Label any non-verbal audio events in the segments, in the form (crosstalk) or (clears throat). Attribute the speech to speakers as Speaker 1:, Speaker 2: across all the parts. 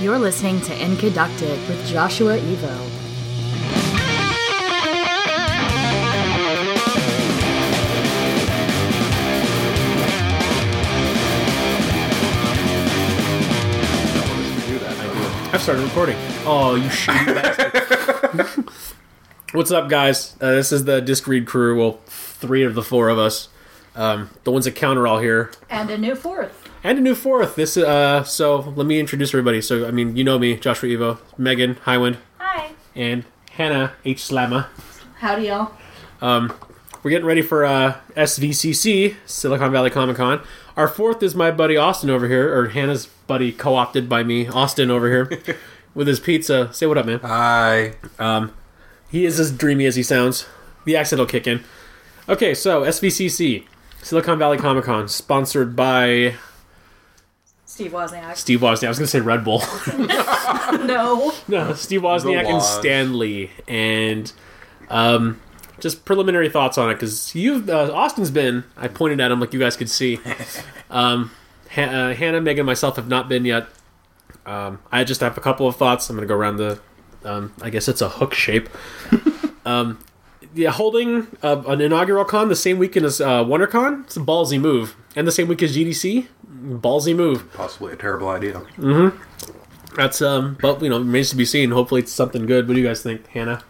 Speaker 1: You're listening to In Conducted with Joshua Evo.
Speaker 2: I've started recording. Oh, you shitty bastard. What's up, guys? Uh, this is the Disc Read crew. Well, three of the four of us. Um, the ones that count are all here.
Speaker 1: And a new fourth.
Speaker 2: And a new fourth. This uh, So let me introduce everybody. So, I mean, you know me, Joshua Evo, Megan Highwind,
Speaker 1: Hi.
Speaker 2: and Hannah H. Slamma.
Speaker 1: Howdy, y'all.
Speaker 2: We're getting ready for uh, SVCC, Silicon Valley Comic Con. Our fourth is my buddy Austin over here, or Hannah's buddy co opted by me, Austin over here, with his pizza. Say what up, man. Um,
Speaker 3: Hi.
Speaker 2: He is as dreamy as he sounds. The accent will kick in. Okay, so SVCC, Silicon Valley Comic Con, sponsored by
Speaker 1: Steve Wozniak.
Speaker 2: Steve Wozniak. I was going to say Red Bull.
Speaker 1: (laughs)
Speaker 2: (laughs)
Speaker 1: no.
Speaker 2: no, (laughs) Steve Wozniak and
Speaker 3: Woz.
Speaker 2: Stan Lee. And um, just preliminary thoughts on it, because you've, uh, Austin's been, I pointed at him like you guys could see. Um, ha- uh, Hannah, Megan, and myself have not been yet. Um, I just have a couple of thoughts. I'm going to go around the, um, I guess it's a hook shape. Um, Yeah, holding uh, an inaugural con the same weekend as uh, WonderCon, it's a ballsy move. And the same week as GDC, ballsy move.
Speaker 3: Possibly a terrible idea.
Speaker 2: That's, um, but, you know, remains to be seen. Hopefully it's something good. What do you guys think, Hannah?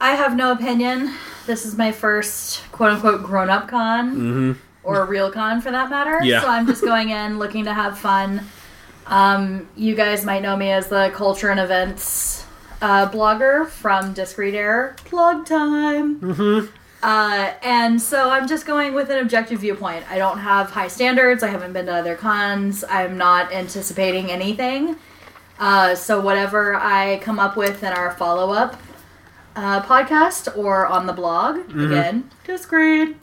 Speaker 4: I have no opinion. This is my first quote unquote grown up con or a real con for that matter.
Speaker 2: Yeah.
Speaker 4: So I'm just going in looking to have fun. Um, you guys might know me as the culture and events uh, blogger from Discreet Air. Plug time. Mm-hmm. Uh, and so I'm just going with an objective viewpoint. I don't have high standards. I haven't been to other cons. I'm not anticipating anything. Uh, so whatever I come up with in our follow up uh, podcast or on the blog
Speaker 2: Mm-hmm.
Speaker 4: again discreet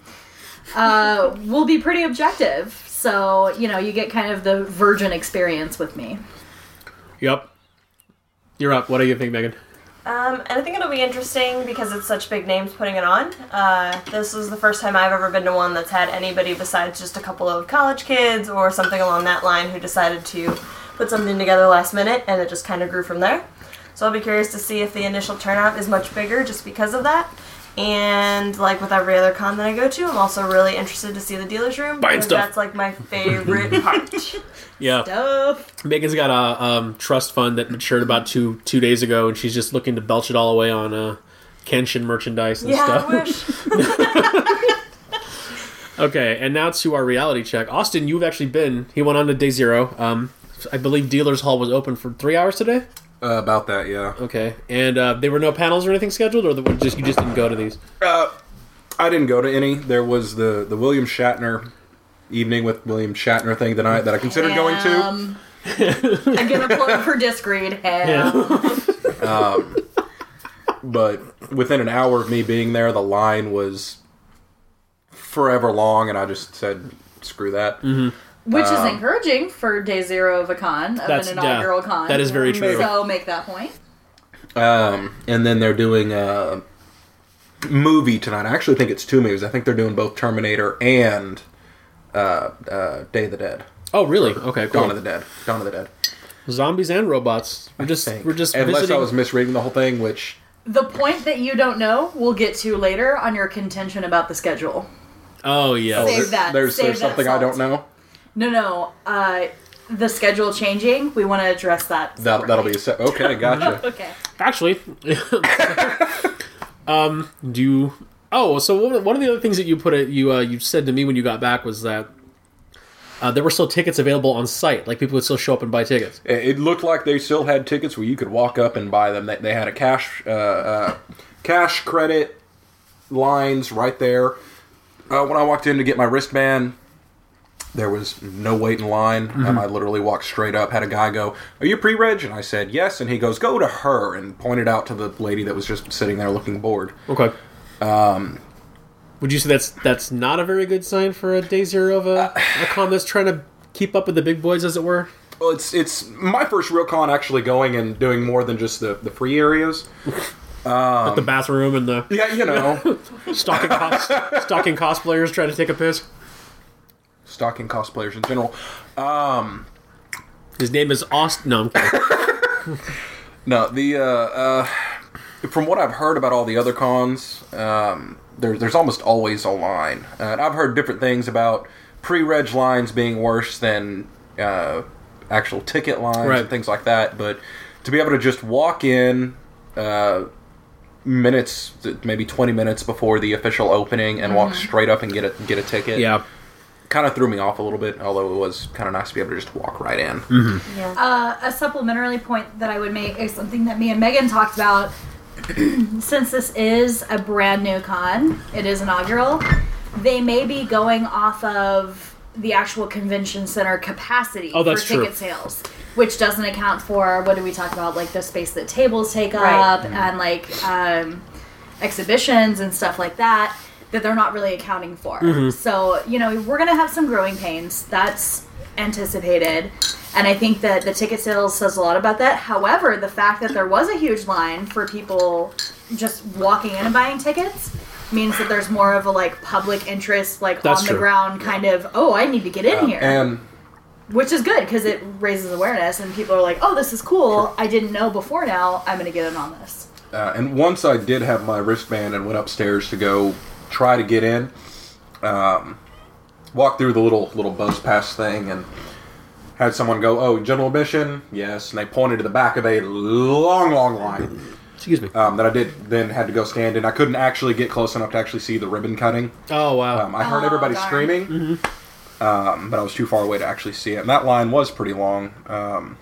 Speaker 4: uh, will be pretty objective so you know you get kind of the virgin experience with me
Speaker 2: Yep. You're up. What do you think, Megan?
Speaker 5: Um, and I think it'll be interesting because it's such big names putting it on. Uh, this is the first time I've ever been to one that's had anybody besides just a couple of college kids or something along that line who decided to put something together last minute and it just kind of grew from there. So I'll be curious to see if the initial turnout is much bigger just because of that. And like with every other con that I go to, I'm also really interested to see the dealer's room.
Speaker 2: Buying
Speaker 5: because
Speaker 2: stuff.
Speaker 5: That's like
Speaker 2: (laughs)
Speaker 5: my favorite part.
Speaker 2: Yeah.
Speaker 4: oh
Speaker 2: Megan's got a um, trust fund that matured about two two days ago, and she's just looking to belch it all away on uh, Kenshin merchandise and
Speaker 5: yeah,
Speaker 2: stuff.
Speaker 5: I
Speaker 2: (laughs)
Speaker 5: wish.
Speaker 2: Okay, and now to our reality check. Austin, you've actually been. He went on to day zero. Um, I believe Dealers Hall was open for three hours today.
Speaker 3: Uh, about that, yeah.
Speaker 2: Okay, and uh, there were no panels or anything scheduled, or the, or just you just didn't go to these.
Speaker 3: Uh, I didn't go to any. There was the the William Shatner evening with William Shatner thing that I that I considered going to.
Speaker 4: Um,
Speaker 2: (laughs)
Speaker 4: i'm gonna plug for discreet
Speaker 2: Yeah.
Speaker 4: hell
Speaker 3: But within an hour of me being there, the line was forever long, and I just said, "Screw that."
Speaker 2: Mm-hmm.
Speaker 4: which is encouraging for day zero of a con of
Speaker 2: That's-
Speaker 4: an
Speaker 2: yeah,
Speaker 4: inaugural con
Speaker 2: that is very true.
Speaker 4: so make that point
Speaker 3: Um, and then they're doing a movie tonight. I actually think it's two movies. I think they're doing both Terminator and uh, uh, Day of the Dead,
Speaker 2: Oh, really? Okay, cool.
Speaker 3: Dawn of the Dead, Dawn of the Dead.
Speaker 2: Zombies and robots. We're just
Speaker 3: thing.
Speaker 2: we're just
Speaker 3: unless
Speaker 2: visiting.
Speaker 3: I was misreading the whole thing, which
Speaker 4: the point that you don't know we'll get to later on your contention about the schedule
Speaker 2: oh
Speaker 4: Save
Speaker 2: yeah.
Speaker 3: there-
Speaker 4: that,
Speaker 3: there's
Speaker 4: save
Speaker 3: there's
Speaker 4: that
Speaker 3: something I
Speaker 4: salt.
Speaker 3: don't know.
Speaker 4: no no uh, the schedule changing we want to address that
Speaker 3: That that'll be a se-
Speaker 4: (laughs)
Speaker 3: okay. Gotcha.
Speaker 4: okay
Speaker 2: Actually, (laughs) um, do you, oh so one of- one of the other things that you put it you uh, you said to me when you got back was that uh, there were still tickets available on site, like people would still show up and buy tickets.
Speaker 3: it, it looked like they still had tickets where you could walk up and buy them. They, they had a cash uh, uh, cash credit lines right there. Uh, when I walked in to get my wristband, there was no wait in line. Um, I literally walked straight up. Had a guy go, "Are you pre-reg?" And I said, "Yes." And he goes, "Go to her," and pointed out to the lady that was just sitting there looking bored.
Speaker 2: Okay. Um, would you say that's that's not a very good sign for a day zero of a, a con that's trying to keep up with the big boys, as it were?
Speaker 3: Well, it's it's my first real con actually going and doing more than just the, the free areas.
Speaker 2: With the bathroom and the
Speaker 3: Yeah,
Speaker 2: (laughs)
Speaker 3: you know,
Speaker 2: stalking cos- stalking cosplayers trying to take a piss.
Speaker 3: stocking cosplayers in general. Um,
Speaker 2: His name is Austin. No, I'm kidding.
Speaker 3: No, the uh, uh, from what I've heard about all the other cons, um, there, there's almost always a line, uh, and I've heard different things about pre-reg lines being worse than uh, actual ticket lines
Speaker 2: Right.
Speaker 3: and things like that. But to be able to just walk in uh, minutes, maybe 20 minutes before the official opening, and walk straight up and get a get a ticket,
Speaker 2: Mm-hmm. yeah.
Speaker 3: kind of threw me off a little bit. Although it was kind of nice to be able to just walk right in.
Speaker 2: Mm-hmm.
Speaker 4: Uh, a supplementary point that I would make is something that me and Megan talked about. (clears throat) Since this is a brand new con, it is inaugural, they may be going off of the actual convention center capacity
Speaker 2: Oh, that's
Speaker 4: for
Speaker 2: true.
Speaker 4: ticket sales, which doesn't account for what do we talk about, like the space that tables take
Speaker 5: Right.
Speaker 4: up
Speaker 2: Mm-hmm.
Speaker 4: and like um, exhibitions and stuff like that, that they're not really accounting for.
Speaker 2: Mm-hmm.
Speaker 4: So, you know, we're going to have some growing pains. That's anticipated. And I think that the ticket sales says a lot about that. However, the fact that there was a huge line for people just walking in and buying tickets means that there's more of a like public interest, like
Speaker 2: That's
Speaker 4: on
Speaker 2: true.
Speaker 4: the ground kind of, oh, I need to get in here.
Speaker 3: And
Speaker 4: Which is good because it raises awareness and people are like, oh, this is cool. I didn't know before now. I'm going to get in on this.
Speaker 3: Uh, and once I did have my wristband and went upstairs to go try to get in, um, walked through the little little buzz pass thing and had someone go, "Oh, general admission, yes," and they pointed to the back of a long, long line
Speaker 2: Excuse me.
Speaker 3: um, that I did then had to go stand in. I couldn't actually get close enough to actually see the ribbon cutting.
Speaker 2: Oh wow.
Speaker 3: Um, I heard
Speaker 4: Oh,
Speaker 3: everybody
Speaker 4: darn.
Speaker 3: screaming,
Speaker 2: Mm-hmm.
Speaker 3: um, but I was too far away to actually see it. And that line was pretty long. Um,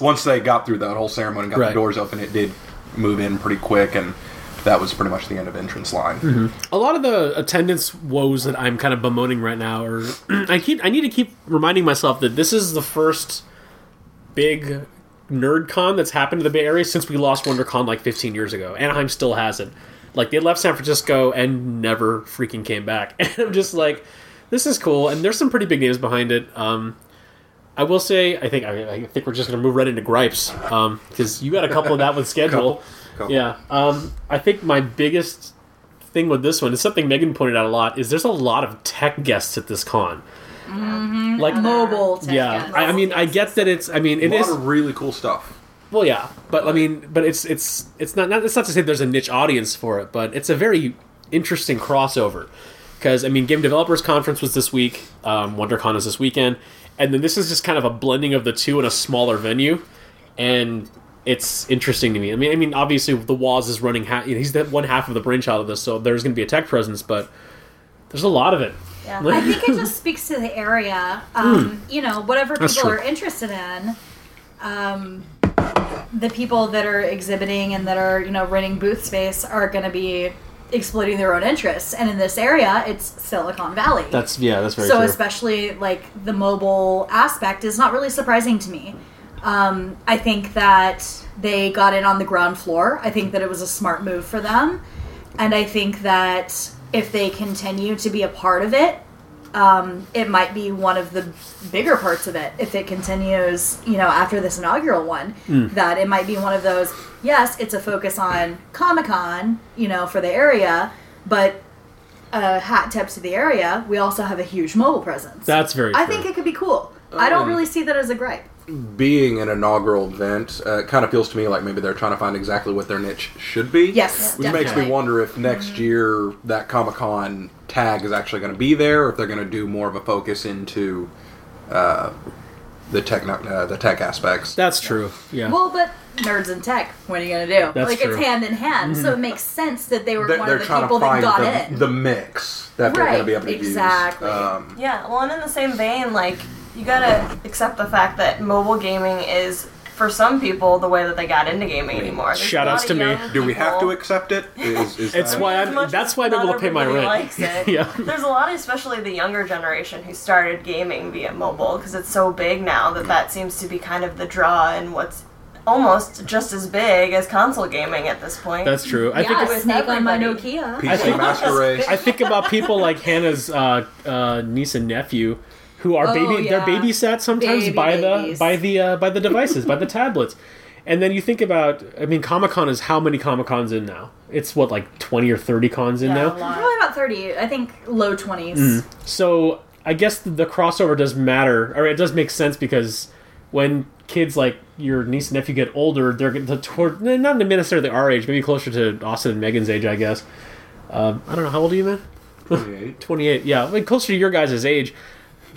Speaker 3: once they got through that whole ceremony and got
Speaker 2: Right.
Speaker 3: the doors open, it did move in pretty quick, and that was pretty much the end of entrance line.
Speaker 2: a lot of the attendance woes that I'm kind of bemoaning right now are (clears throat) I keep I need to keep reminding myself that this is the first big nerd con that's happened to the Bay Area since we lost WonderCon like 15 years ago. Anaheim still has it. Like they left San Francisco and never freaking came back. (laughs) And I'm just like this is cool and there's some pretty big names behind it. Um I will say, I think I, I think we're just going to move right into gripes because you got a couple of that
Speaker 3: (laughs)
Speaker 2: with schedule.
Speaker 3: Couple. Couple.
Speaker 2: Yeah, um, I think my biggest thing with this one is something Megan pointed out a lot is there's a lot of tech guests at this con. Like
Speaker 4: Mm-hmm. Mobile tech
Speaker 2: Yeah,
Speaker 4: guests.
Speaker 2: I, I mean, I get that it's. I mean, it
Speaker 3: a lot
Speaker 2: is.
Speaker 3: of really cool stuff.
Speaker 2: Well, yeah, but I mean, but it's it's it's not not. It's not to say there's a niche audience for it, but it's a very interesting crossover. Because I mean, Game Developers Conference was this week. Um, WonderCon is this weekend, and then this is just kind of a blending of the two in a smaller venue, and it's interesting to me. I mean, I mean, obviously the Waz is running. Ha- you know, he's the one half of the brainchild of this, so there's going to be a tech presence, but there's a lot of it.
Speaker 5: Yeah.
Speaker 2: Like- Hmm.
Speaker 4: I think it
Speaker 2: (laughs)
Speaker 4: just speaks to the area. Um, You know, whatever
Speaker 2: That's
Speaker 4: people
Speaker 2: true.
Speaker 4: are interested in, um, the people that are exhibiting and that are, you know, renting booth space are going to be exploiting their own interests. And in this area, it's Silicon Valley.
Speaker 2: that's yeah, that's very
Speaker 4: so,
Speaker 2: true.
Speaker 4: especially like the mobile aspect is not really surprising to me. Um, I think that they got in on the ground floor. I think that it was a smart move for them. And I think that if they continue to be a part of it, um, it might be one of the bigger parts of it if it continues, you know, after this inaugural one.
Speaker 2: Hmm.
Speaker 4: That it might be one of those, yes, it's a focus on Comic Con, you know, for the area, but a hat tip to the area, we also have a huge mobile presence.
Speaker 2: that's Oh. very. True.
Speaker 4: I think it could be cool. I don't really see that as a gripe.
Speaker 3: Being an inaugural event, uh, it kind of feels to me like maybe they're trying to find exactly what their niche should be.
Speaker 4: Yes,
Speaker 3: Which
Speaker 4: definitely.
Speaker 3: makes me wonder if next
Speaker 2: Mm-hmm.
Speaker 3: year that Comic Con tag is actually going to be there, or if they're going to do more of a focus into uh, the tech uh, the tech aspects.
Speaker 2: that's true. Yeah.
Speaker 4: Well, but nerds in tech, what are you going to do?
Speaker 2: That's
Speaker 4: like,
Speaker 2: true. Hmm.
Speaker 4: it's hand in hand, so it makes sense that they were
Speaker 3: They're,
Speaker 4: one
Speaker 3: they're
Speaker 4: of the
Speaker 3: trying to
Speaker 4: people that
Speaker 3: find
Speaker 4: got
Speaker 3: the,
Speaker 4: in.
Speaker 3: the mix that they're going to
Speaker 4: Right,
Speaker 3: be able to
Speaker 4: exactly.
Speaker 3: use. Um,
Speaker 5: Yeah, well, and in the same vein, like, you gotta accept the fact that mobile gaming is, for some people, the way that they got into gaming anymore. There's
Speaker 2: Shout
Speaker 5: a lot
Speaker 2: outs
Speaker 5: of
Speaker 2: to me.
Speaker 5: young
Speaker 3: do we have to
Speaker 5: people-
Speaker 3: accept it? Is, is
Speaker 2: It's
Speaker 3: that-
Speaker 2: why
Speaker 5: As much
Speaker 2: I'm.
Speaker 5: as
Speaker 2: That's why I'm
Speaker 5: not
Speaker 2: able to pay my
Speaker 5: everybody
Speaker 2: rent.
Speaker 5: Likes
Speaker 2: (laughs)
Speaker 5: it.
Speaker 2: Yeah.
Speaker 5: There's a lot, especially the younger generation, who started gaming via mobile because it's so big now that that seems to be kind of the draw and what's almost just as big as console gaming at this point.
Speaker 2: That's true. I think
Speaker 4: yeah,
Speaker 5: with
Speaker 4: snake on my
Speaker 5: everybody.
Speaker 4: Nokia.
Speaker 3: PC
Speaker 2: think-
Speaker 3: Master Race.
Speaker 2: I think about people like Hannah's uh, uh, niece and nephew, who are
Speaker 4: Oh,
Speaker 2: baby.
Speaker 4: yeah.
Speaker 2: They're babysat sometimes
Speaker 4: Baby
Speaker 2: by
Speaker 4: babies.
Speaker 2: the by the uh, by the devices, by the tablets. And then you think about. I mean, Comic Con is how many Comic Cons in now? It's what like twenty or thirty cons in
Speaker 5: Yeah,
Speaker 2: now.
Speaker 5: a lot.
Speaker 4: Probably about 30, I think low 20s.
Speaker 2: Hmm. So I guess the crossover does matter, or it does make sense because when kids like your niece and nephew get older, they're gonna- the toward not necessarily our age, maybe closer to Austin and Megan's age, I guess. Um, I don't know how old are you, man.
Speaker 3: 28.
Speaker 2: 28 yeah I mean, closer to your guys' age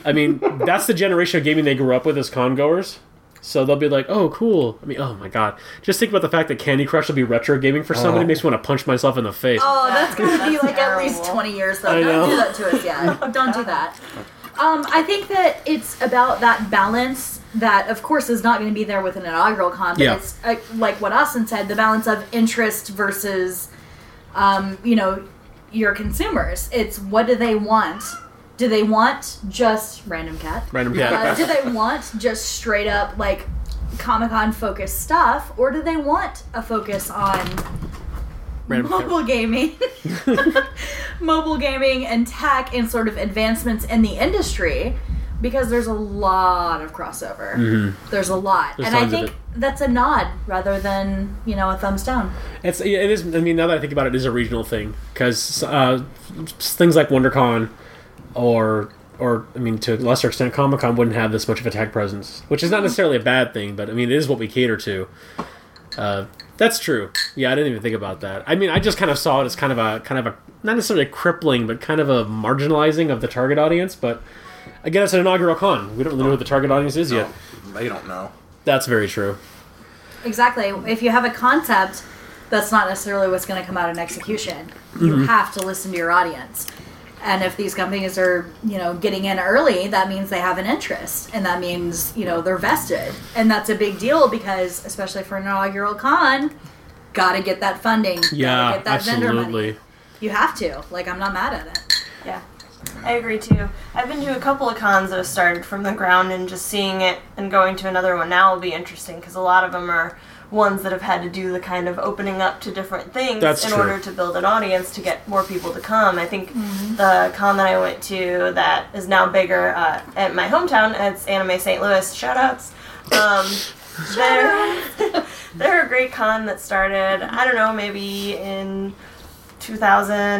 Speaker 2: i mean that's the generation of gaming they grew up with as congoers so they'll be like oh cool i mean oh my god just think about the fact that candy crush will be retro gaming for somebody
Speaker 3: Oh.
Speaker 2: makes me want to punch myself in the face
Speaker 4: Oh, that's going to be like at least
Speaker 5: terrible.
Speaker 4: 20 years, though.
Speaker 2: I
Speaker 4: Don't
Speaker 2: know.
Speaker 4: do that to us
Speaker 2: (laughs)
Speaker 4: yet. Don't do that. Um, I think that it's about that balance that, of course, is not going to be there with an inaugural con, but
Speaker 2: Yeah.
Speaker 4: it's uh, like what Austin said the balance of interest versus, um, you know, your consumers. It's what do they want? Do they want just random cat?
Speaker 2: random
Speaker 4: Uh, (laughs)
Speaker 2: cat
Speaker 4: do they want just straight up like Comic Con focused stuff, or do they want a focus on (laughs)
Speaker 2: Random cat.
Speaker 4: mobile gaming, (laughs) mobile gaming and tech, and sort of advancements in the industry? Because there's a lot of crossover. There's a lot,
Speaker 2: Mm-hmm. There's
Speaker 4: and I
Speaker 2: tons of
Speaker 4: think
Speaker 2: it.
Speaker 4: that's a nod rather than you know a thumbs down.
Speaker 2: it's yeah, it is i mean now that i think about it it is a regional thing because uh, things like wondercon or or i mean to a lesser extent comic-con wouldn't have this much of a tag presence which is
Speaker 4: Mm-hmm.
Speaker 2: not necessarily a bad thing but i mean it is what we cater to Uh, that's true. Yeah, I didn't even think about that. I mean, I just kind of saw it as kind of a kind of a not necessarily a crippling, but kind of a marginalizing of the target audience. But again, it's an inaugural con. We don't really know who the target audience is yet.
Speaker 3: They don't know.
Speaker 2: That's very true.
Speaker 4: Exactly. If you have a concept, that's not necessarily what's going to come out in execution. You
Speaker 2: Mm-hmm.
Speaker 4: have to listen to your audience. And if these companies are, you know, getting in early, that means they have an interest, and that means you know they're vested, and that's a big deal because, especially for an inaugural con, gotta get that funding. gotta
Speaker 2: Yeah,
Speaker 4: get that vendor money.
Speaker 2: absolutely.
Speaker 4: You have to. Like, I'm not mad at it.
Speaker 5: Yeah, I agree too. I've been to a couple of cons that have started from the ground, and just seeing it and going to another one now will be interesting because a lot of them are ones that have had to do the kind of opening up to different things
Speaker 2: That's
Speaker 5: in
Speaker 2: true.
Speaker 5: order to build an audience to get more people to come. I think the con that I went to that is now bigger uh, at my hometown, it's Anime St. Louis. Shoutouts. Um, they're, they're a great con that started, I don't know, maybe in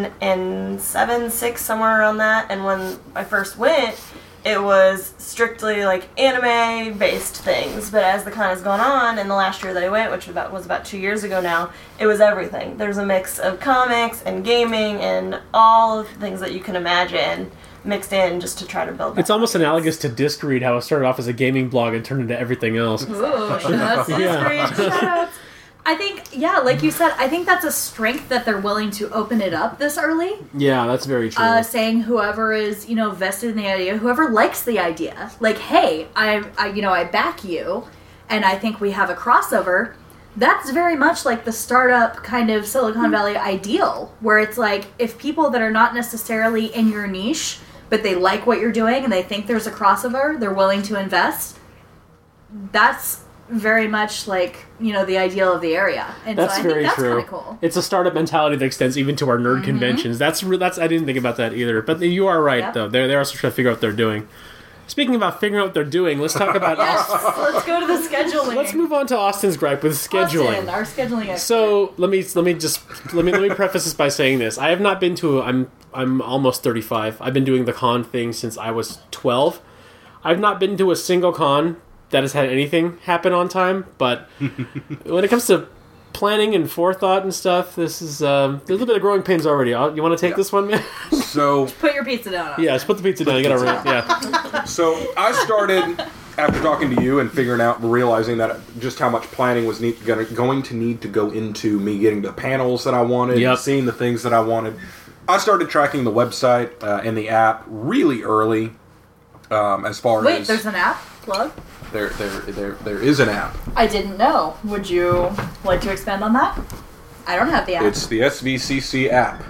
Speaker 5: 2007, 6, somewhere around that. And when I first went, it was strictly like anime based things. But as the con has gone on, and the last year that I went, which about, was about two years ago now, it was everything. There's a mix of comics and gaming and all of the things that you can imagine mixed in just to try to build.
Speaker 2: It's
Speaker 5: that.
Speaker 2: almost analogous to Discreet, how it started off as a gaming blog and turned into everything else.
Speaker 4: Ooh, that's
Speaker 2: (laughs) Yeah.
Speaker 5: (laughs)
Speaker 4: great. Shoutouts. I think, yeah, like you said, I think that's a strength that they're willing to open it up this early.
Speaker 2: Yeah, that's very true.
Speaker 4: uh, saying whoever is you know vested in the idea, whoever likes the idea, like hey, I, I you know I back you, and I think we have a crossover. That's very much like the startup kind of Silicon
Speaker 2: Hmm.
Speaker 4: Valley ideal, where it's like if people that are not necessarily in your niche, but they like what you're doing and they think there's a crossover, they're willing to invest. That's very much like you know the ideal of the area, and
Speaker 2: That's
Speaker 4: so I
Speaker 2: very
Speaker 4: think that's
Speaker 2: true.
Speaker 4: kind of cool. Mm-hmm.
Speaker 2: It's a startup mentality that extends even to our nerd conventions. That's re- that's I didn't think about that either. But you are right
Speaker 4: Yep.
Speaker 2: though. They they are also trying to figure out what they're doing. Speaking about figuring out what they're doing, let's
Speaker 4: (laughs)
Speaker 2: talk about Aust-
Speaker 4: Let's go to
Speaker 2: (laughs)
Speaker 4: the scheduling.
Speaker 2: let's move on to Austin's gripe with scheduling.
Speaker 4: Austin, our scheduling. expert.
Speaker 2: So let me let me just let
Speaker 6: (laughs)
Speaker 2: me let me preface this by saying this. I have not been to a, I'm I'm almost 35. I've been doing the con thing since I was 12. I've not been to a single con that has had anything happen on time,
Speaker 6: (laughs)
Speaker 2: but when it comes to planning and forethought and stuff, this is um, there's a little bit of growing pains already. I'll, you want to take this one, man?
Speaker 3: So,
Speaker 4: Put your pizza down.
Speaker 2: (laughs) yeah, just put the pizza down. You got to run. Yeah.
Speaker 3: so I
Speaker 4: (laughs)
Speaker 3: started after talking to you and figuring out, realizing that just how much planning was need, gonna, going to need to go into me getting the panels that I wanted,
Speaker 2: Yep.
Speaker 3: seeing the things that I wanted. I started tracking the website uh, and the app really early. Um, as far
Speaker 4: Wait,
Speaker 3: as
Speaker 4: there's an app plug.
Speaker 3: there, there, there, there is an app.
Speaker 4: I didn't know. Would you like to expand on that? I don't have the app
Speaker 3: It's the SVCC app,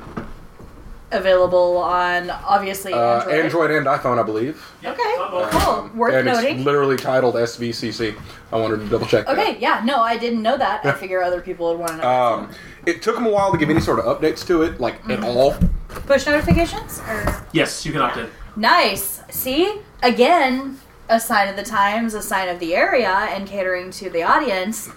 Speaker 4: available on obviously
Speaker 3: uh,
Speaker 4: Android.
Speaker 3: Android and iPhone, I believe. Um,
Speaker 4: Okay, cool. Worth
Speaker 3: and
Speaker 4: noting.
Speaker 3: it's literally titled SVCC. I wanted to double check. that.
Speaker 4: okay, yeah, no, I didn't know that. I figure other people would want to know.
Speaker 3: Um, it took them a while to give any sort of updates to it, like
Speaker 4: Mm-hmm.
Speaker 3: at all.
Speaker 4: Push notifications? Or...
Speaker 2: Yes, you can opt in.
Speaker 4: Nice. See, again, a sign of the times, a sign of the area, and catering to the audience.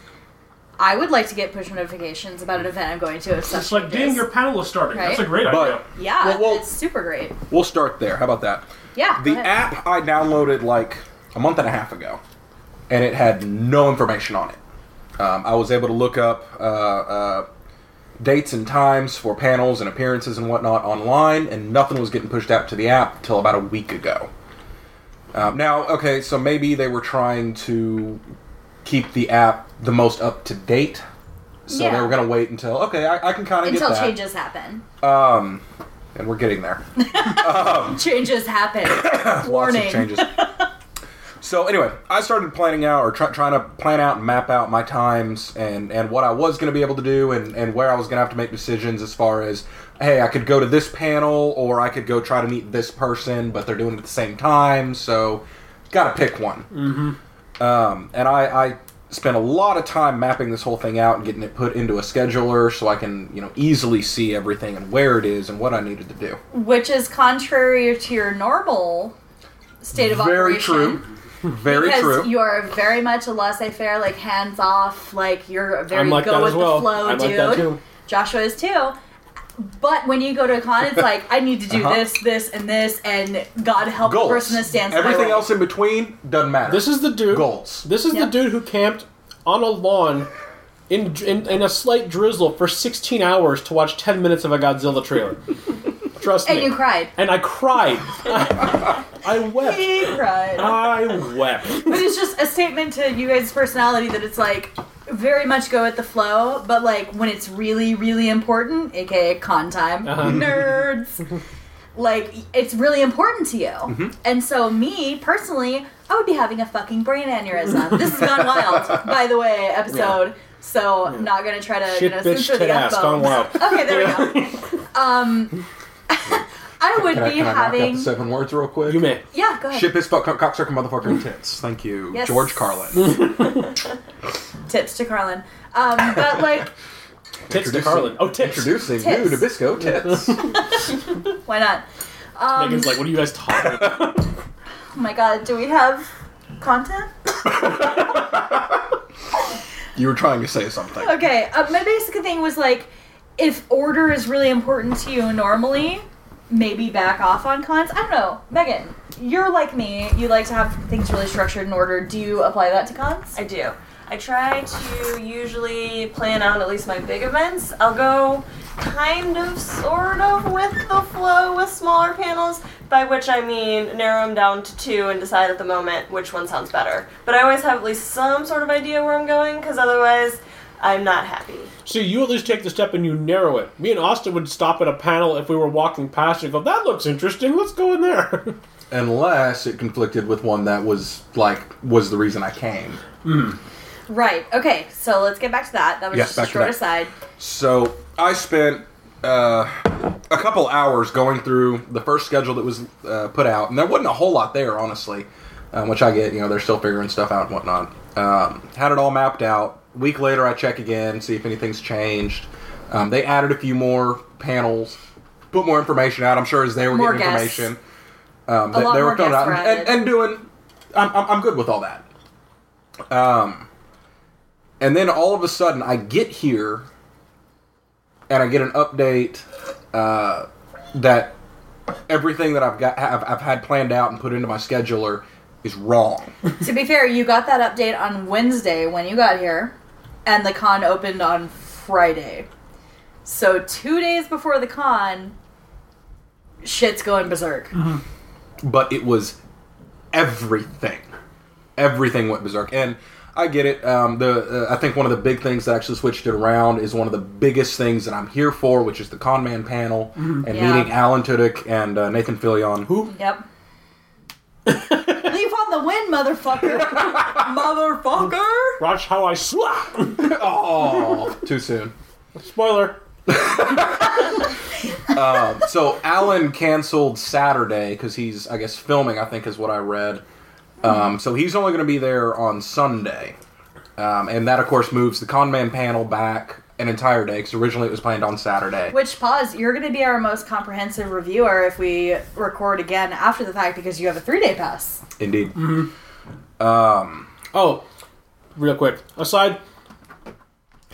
Speaker 4: I would like to get push notifications about an event I'm going to. if
Speaker 6: It's
Speaker 4: such
Speaker 6: like,
Speaker 4: is.
Speaker 6: dang, your panel is starting. That's a
Speaker 4: Right?
Speaker 6: great
Speaker 3: But-
Speaker 6: idea.
Speaker 4: Yeah,
Speaker 3: Well, well-
Speaker 4: it's super great.
Speaker 3: We'll start there. How about that?
Speaker 4: Yeah. go
Speaker 3: The
Speaker 4: ahead.
Speaker 3: app I downloaded like a month and a half ago. and it had no information on it. Um, I was able to look up uh, uh, dates and times for panels and appearances and whatnot online, and nothing was getting pushed out to the app till about a week ago. Um, now, okay, so maybe they were trying to keep the app the most up to date. So they
Speaker 4: Yeah.
Speaker 3: were going to wait until, okay, I, I can kind of get
Speaker 4: until
Speaker 3: that.
Speaker 4: changes happen.
Speaker 3: Um, and we're getting there.
Speaker 4: Changes happen. Warning.
Speaker 3: Lots of changes. so anyway, I started planning out or try, trying to plan out and map out my times and, and what I was going to be able to do and, and where I was going to have to make decisions as far as hey, I could go to this panel or I could go try to meet this person, but they're doing it at the same time, so got to pick one. Mm-hmm. Um, and I, I spent a lot of time mapping this whole thing out and getting it put into a scheduler so I can you know easily see everything and where it is and what I needed to do.
Speaker 4: Which is contrary to your normal state of
Speaker 3: Very
Speaker 4: operation.
Speaker 3: true. Very
Speaker 4: because
Speaker 3: true.
Speaker 4: you are very much a laissez-faire, like hands off, like you're a very
Speaker 2: I'm like
Speaker 4: go
Speaker 2: that
Speaker 4: with
Speaker 2: as well.
Speaker 4: the flow,
Speaker 2: I'm
Speaker 4: dude.
Speaker 2: like that too.
Speaker 4: Joshua is too. But when you go to a con, it's like I need to do
Speaker 3: Uh-huh.
Speaker 4: this, this, and this, and God help
Speaker 3: goals.
Speaker 4: the person that stands. in my
Speaker 3: Everything
Speaker 4: way.
Speaker 3: else in between doesn't matter.
Speaker 2: This is the dude.
Speaker 3: Goals.
Speaker 2: This is
Speaker 4: Yep.
Speaker 2: the dude who camped on a lawn in, in in a slight drizzle for 16 hours to watch 10 minutes of a Godzilla trailer.
Speaker 4: (laughs)
Speaker 2: Trust
Speaker 4: and
Speaker 2: me.
Speaker 4: you cried.
Speaker 2: And
Speaker 4: (laughs)
Speaker 2: I cried. I wept.
Speaker 4: He cried.
Speaker 2: I
Speaker 4: (laughs)
Speaker 2: wept.
Speaker 4: but it's just a statement to you guys' personality that it's like very much go with the flow, but like when it's really, really important, aka con time,
Speaker 2: Uh-huh.
Speaker 4: (laughs) nerds, like it's really important to you.
Speaker 2: Mm-hmm.
Speaker 4: And so, me personally, I would be having a fucking brain aneurysm. this has gone wild, by the way, episode. So, not gonna try to
Speaker 2: Shit,
Speaker 4: you know,
Speaker 2: bitch,
Speaker 4: censor
Speaker 2: tit
Speaker 4: the
Speaker 2: ass, gone
Speaker 4: F-bombs. (laughs)
Speaker 2: wild.
Speaker 4: Okay, there we go.
Speaker 2: (laughs)
Speaker 4: Um, (laughs) I would
Speaker 3: can I,
Speaker 4: be
Speaker 3: can I knock out
Speaker 4: having.
Speaker 3: the seven words real quick?
Speaker 2: You may.
Speaker 4: Yeah, go ahead.
Speaker 3: Ship is fuck, cock- cocksucker, motherfucker, and
Speaker 2: (laughs)
Speaker 3: tits. Thank you,
Speaker 4: Yes.
Speaker 3: George Carlin.
Speaker 4: Tips to Carlin. Um, but like,
Speaker 2: Tits to
Speaker 3: Introducing-
Speaker 2: Carlin. Oh, tits.
Speaker 3: Introducing
Speaker 4: Tits.
Speaker 3: new
Speaker 2: (laughs)
Speaker 3: Nabisco tits. (laughs)
Speaker 4: why not? Um,
Speaker 2: Megan's like, what are you guys talking about?
Speaker 4: (laughs) Oh my god, do we have content?
Speaker 3: you were trying to say something.
Speaker 4: Okay, uh, my basic thing was like, if order is really important to you normally, maybe back off on cons. I don't know. Megan, you're like me. You like to have things really structured and ordered. Do you apply that to cons?
Speaker 5: I do. I try to usually plan out at least my big events. I'll go kind of, sort of with the flow with smaller panels, by which I mean narrow them down to two and decide at the moment which one sounds better. But I always have at least some sort of idea where I'm going, because otherwise, I'm not happy.
Speaker 2: So you at least take the step and you narrow it. Me and Austin would stop at a panel if we were walking past and go, that looks interesting. Let's go in there. (laughs)
Speaker 3: Unless it conflicted with one that was like was the reason I came.
Speaker 4: Right. Okay, so let's get back to that. That was just
Speaker 3: Yes, back
Speaker 4: a
Speaker 3: to
Speaker 4: short
Speaker 3: that.
Speaker 4: aside.
Speaker 3: So I spent uh, a couple hours going through the first schedule that was uh, put out, and there wasn't a whole lot there, honestly. Um, which I get, you know, they're still figuring stuff out and whatnot. Um, had it all mapped out. Week later, I check again, see if anything's changed. Um, they added a few more panels, put more information out. I'm sure as they were
Speaker 4: More
Speaker 3: getting
Speaker 4: guests.
Speaker 3: information, um, they,
Speaker 4: lot
Speaker 3: they
Speaker 4: more
Speaker 3: were coming
Speaker 4: guests
Speaker 3: out
Speaker 4: were
Speaker 3: and,
Speaker 4: added.
Speaker 3: and, and doing. I'm, I'm, I'm good with all that. Um, and then all of a sudden, I get here and I get an update uh, that everything that I've got, I've, I've had planned out and put into my scheduler is wrong.
Speaker 4: to be fair, you got that update on Wednesday when you got here, and the con opened on Friday. So two days before the con, shit's going berserk.
Speaker 3: but it was everything. Everything went berserk, and I get it. Um, the uh, I think one of the big things that actually switched it around is one of the biggest things that I'm here for, which is the con man panel and
Speaker 4: Yeah.
Speaker 3: meeting Alan Tudyk and uh, Nathan Fillion. (laughs) Who?
Speaker 4: Yep. Leave on the wind, motherfucker. motherfucker.
Speaker 2: Watch how I slap.
Speaker 3: Oh, too soon.
Speaker 2: (laughs) Spoiler.
Speaker 3: so Alan canceled Saturday because he's, I guess, filming. I think is what I read. Um, so he's only going to be there on Sunday, um, and that of course moves the con man panel back an entire day because originally it was planned on Saturday.
Speaker 4: Which pause, you're going to be our most comprehensive reviewer if we record again after the fact because you have a three day pass.
Speaker 3: Indeed.
Speaker 2: Oh, real quick. Aside,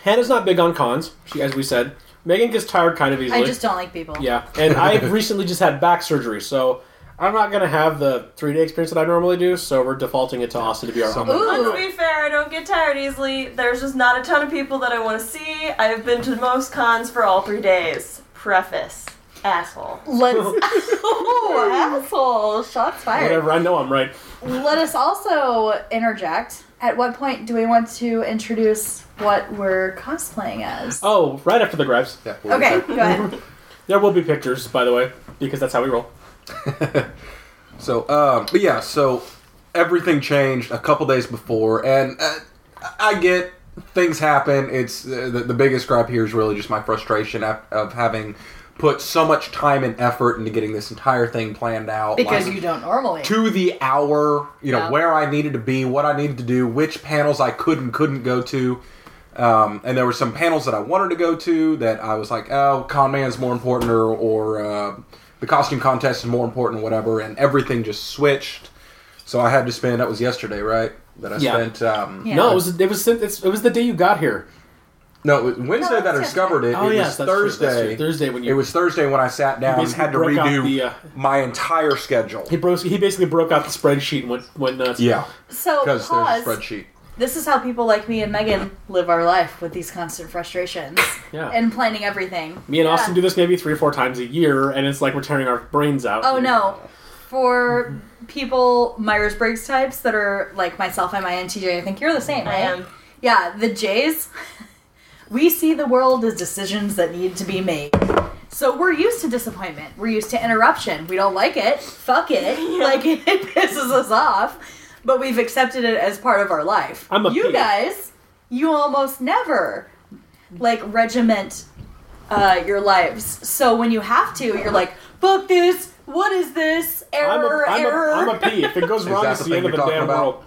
Speaker 2: Hannah's not big on cons, she, as we said. Megan gets tired kind of easily.
Speaker 4: I just don't like people.
Speaker 3: (laughs)
Speaker 2: Yeah, and I recently just had back surgery, so I'm not gonna have the three day experience that I normally do, so we're defaulting it to Austin to be our home.
Speaker 3: Someone-
Speaker 5: But to be fair, I don't get tired easily. There's just not a ton of people that I want to see. I've been to most cons for all three days. Preface. Asshole.
Speaker 4: Let's. oh, asshole! Shots fired.
Speaker 2: Whatever, I know I'm right.
Speaker 4: Let us also interject. At what point do we want to introduce what we're cosplaying as?
Speaker 2: Oh, right after the gripes.
Speaker 3: Yeah, we'll
Speaker 4: Okay,
Speaker 3: do
Speaker 4: go ahead.
Speaker 2: There will be pictures, by the way, because that's how we roll.
Speaker 3: that. So, um, but yeah, so everything changed a couple days before, and uh, I get things happen. It's uh, the, the biggest gripe here is really just my frustration of, of having put so much time and effort into getting this entire thing planned
Speaker 7: (laughs)
Speaker 3: out.
Speaker 7: Because
Speaker 3: like,
Speaker 7: you don't normally.
Speaker 3: to the hour, you know,
Speaker 7: Yeah.
Speaker 3: where I needed to be, what I needed to do, which panels I could and couldn't go to. Um, and there were some panels that I wanted to go to that I was like, oh, Con Man's more important, or, or uh, the costume contest is more important, or whatever. And everything just switched. So I had to spend, that was yesterday, right? That I
Speaker 2: Yeah.
Speaker 3: spent, um,
Speaker 7: Yeah.
Speaker 2: No, it was it was since- it's, it was the day you got here.
Speaker 3: no, it was Wednesday that I
Speaker 4: that's
Speaker 3: discovered it.
Speaker 2: Oh,
Speaker 3: it
Speaker 2: yes,
Speaker 3: was
Speaker 2: that's true, that's
Speaker 3: Thursday.
Speaker 2: true. Thursday when you-
Speaker 3: It was Thursday when I sat down and
Speaker 2: basically
Speaker 3: had to
Speaker 2: broke out
Speaker 3: redo
Speaker 2: the, uh,
Speaker 3: my entire schedule.
Speaker 2: He broke he basically broke out the spreadsheet and went went nuts.
Speaker 3: Yeah,
Speaker 4: So
Speaker 3: because there's a
Speaker 4: pause.
Speaker 3: spreadsheet.
Speaker 4: This is how people like me and Megan live our life with these
Speaker 7: (laughs)
Speaker 4: constant frustrations
Speaker 2: yeah.
Speaker 4: and planning everything.
Speaker 2: Me and Austin do this maybe three or four times a year, and it's like we're tearing our brains out.
Speaker 4: Oh no, for people Myers Briggs types that are like myself, I'm INTJ. I think you're the same.
Speaker 5: I
Speaker 4: right?
Speaker 5: am.
Speaker 4: Yeah, the J's. We see the world as decisions that need to be made. So we're used to disappointment. We're used to interruption. We don't like it. Fuck
Speaker 5: (laughs)
Speaker 4: it. Like (laughs) it pisses us off. But we've accepted it as part of our life.
Speaker 2: I'm a
Speaker 4: you
Speaker 2: pig.
Speaker 4: guys, you almost never like regiment uh, your lives. So when you have to, you're like, fuck this. What is this?
Speaker 2: I'm a,
Speaker 4: Error,
Speaker 2: I'm,
Speaker 4: error.
Speaker 2: A, I'm a P. If it
Speaker 3: (laughs)
Speaker 2: goes wrong,
Speaker 3: that
Speaker 2: it's
Speaker 3: the
Speaker 2: the end of
Speaker 3: thing
Speaker 2: the
Speaker 3: you're talking
Speaker 2: damn
Speaker 3: about?
Speaker 2: world.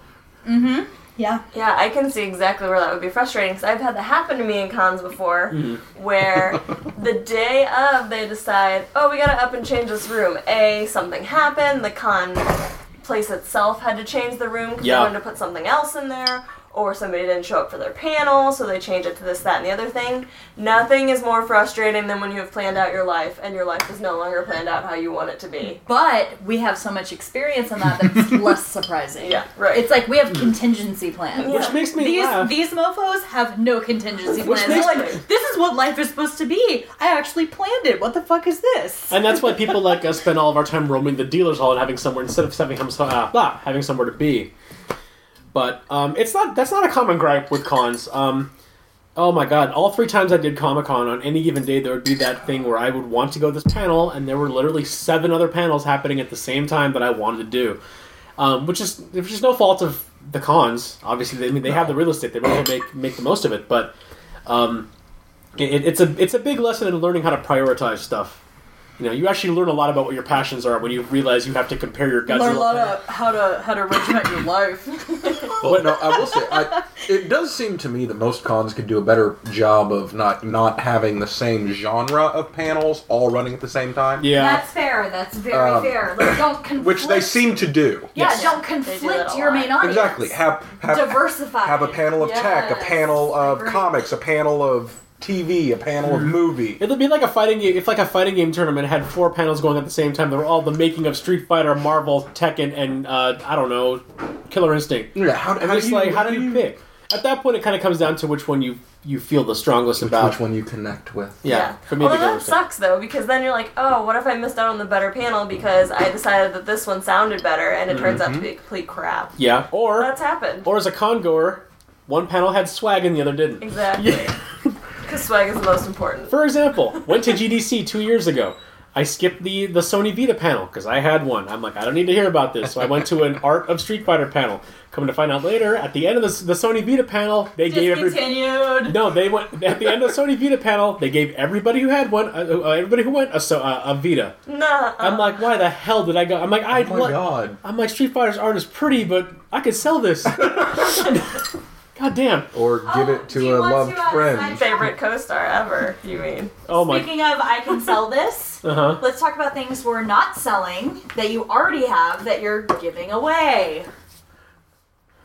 Speaker 4: yeah.
Speaker 5: Yeah, I can see exactly where that would be frustrating because I've had that happen to me in cons before,
Speaker 2: Mm-hmm. (laughs)
Speaker 5: where the day of they decide, oh, we gotta up and change this room. A, something happened, the con place itself had to change the room because
Speaker 2: Yeah.
Speaker 5: they wanted to put something else in there, or somebody didn't show up for their panel, so they change it to this, that, and the other thing. Nothing is more frustrating than when you have planned out your life and your life is no longer planned out how you want it to be.
Speaker 4: But we have so much experience on that
Speaker 2: (laughs)
Speaker 4: that's less surprising.
Speaker 5: Yeah, right.
Speaker 4: It's like we have contingency plans.
Speaker 5: Yeah.
Speaker 2: Which makes me
Speaker 4: These
Speaker 2: laugh.
Speaker 4: these mofos have no contingency
Speaker 2: Which
Speaker 4: plans.
Speaker 2: makes-
Speaker 4: They're like, this is what life is supposed to be. I actually planned it. What the fuck is this?
Speaker 2: and that's why people like us spend all of our time roaming the dealer's hall and having somewhere instead of having some- uh, blah, having somewhere to be. But um, it's not that's not a common gripe with cons. Um, oh my god! All three times I did Comic Con on any given day, there would be that thing where I would want to go to this panel, and there were literally seven other panels happening at the same time that I wanted to do, um, which is which is no fault of the cons. Obviously, they, I mean they have the real estate; they really make make the most of it. But um, it, it's a it's a big lesson in learning how to prioritize stuff. You know, you actually learn a lot about what your passions are when you realize you have to compare your guts.
Speaker 4: Learn a lot of how to how to regiment your life.
Speaker 3: Well, no, I will say I, it does seem to me that most cons could do a better job of not not having the same genre of panels all running at the same time,
Speaker 2: yeah.
Speaker 4: fair. That's very
Speaker 3: Um,
Speaker 4: fair. Like, don't conflict.
Speaker 3: which they seem to do.
Speaker 4: Yeah,
Speaker 2: Yes.
Speaker 4: don't
Speaker 5: that
Speaker 4: conflict
Speaker 5: a
Speaker 4: your
Speaker 5: lot.
Speaker 4: main audience.
Speaker 3: Exactly. Have have
Speaker 4: Diversify.
Speaker 3: have a panel of tech, a
Speaker 4: Yes.
Speaker 3: panel of
Speaker 4: Agree.
Speaker 3: comics, a panel of TV, a panel
Speaker 2: Mm-hmm.
Speaker 3: of movie.
Speaker 2: It'd be like a fighting game if like a fighting game tournament had four panels going at the same time. They were all the making of Street Fighter, Marvel, Tekken, and uh, I don't know, Killer Instinct.
Speaker 3: Yeah, how,
Speaker 2: And
Speaker 3: how
Speaker 2: it's
Speaker 3: do you,
Speaker 2: like, how do you pick? At that point, it kind of comes down to which one you you feel the strongest about.
Speaker 3: which one you connect with?
Speaker 2: Yeah, for me,
Speaker 5: Although
Speaker 2: the Killer
Speaker 5: that
Speaker 2: Instinct.
Speaker 5: sucks though, because then you're like, oh, what if I missed out on the better panel because I decided that this one sounded better and it turns out to be complete crap.
Speaker 2: Yeah, or
Speaker 5: That's happened.
Speaker 2: Mm-hmm. or as a con goer, one panel had swag and the other didn't. (laughs)
Speaker 5: Exactly.
Speaker 2: Yeah.
Speaker 5: Because swag is the most important.
Speaker 2: For example, went to GDC two years ago. I skipped the, the Sony Vita panel because I had one. I'm like, I don't need to hear about this. So I went to
Speaker 5: (laughs)
Speaker 2: an Art of Street Fighter panel. Coming to find out later, at the end of the, the Sony Vita panel, they gave everybody.
Speaker 4: Discontinued.
Speaker 2: No, they went at the end of Sony Vita panel. They gave everybody who had one, uh, uh, everybody who went a, so, uh, a Vita.
Speaker 5: Nah.
Speaker 2: I'm like, why the hell did I go? I'm like, I
Speaker 3: Oh my
Speaker 2: want-
Speaker 3: god.
Speaker 2: I'm like, Street Fighter's art is pretty, but I could sell this. (laughs) God damn!
Speaker 3: Or give it
Speaker 4: do
Speaker 3: to
Speaker 4: you
Speaker 3: a
Speaker 4: want
Speaker 3: loved
Speaker 4: to, uh,
Speaker 3: friend.
Speaker 5: favorite co-star ever. You mean?
Speaker 2: Oh my.
Speaker 4: Speaking of, I can sell this.
Speaker 2: Uh huh.
Speaker 4: Let's talk about things we're not selling that you already have that you're giving away.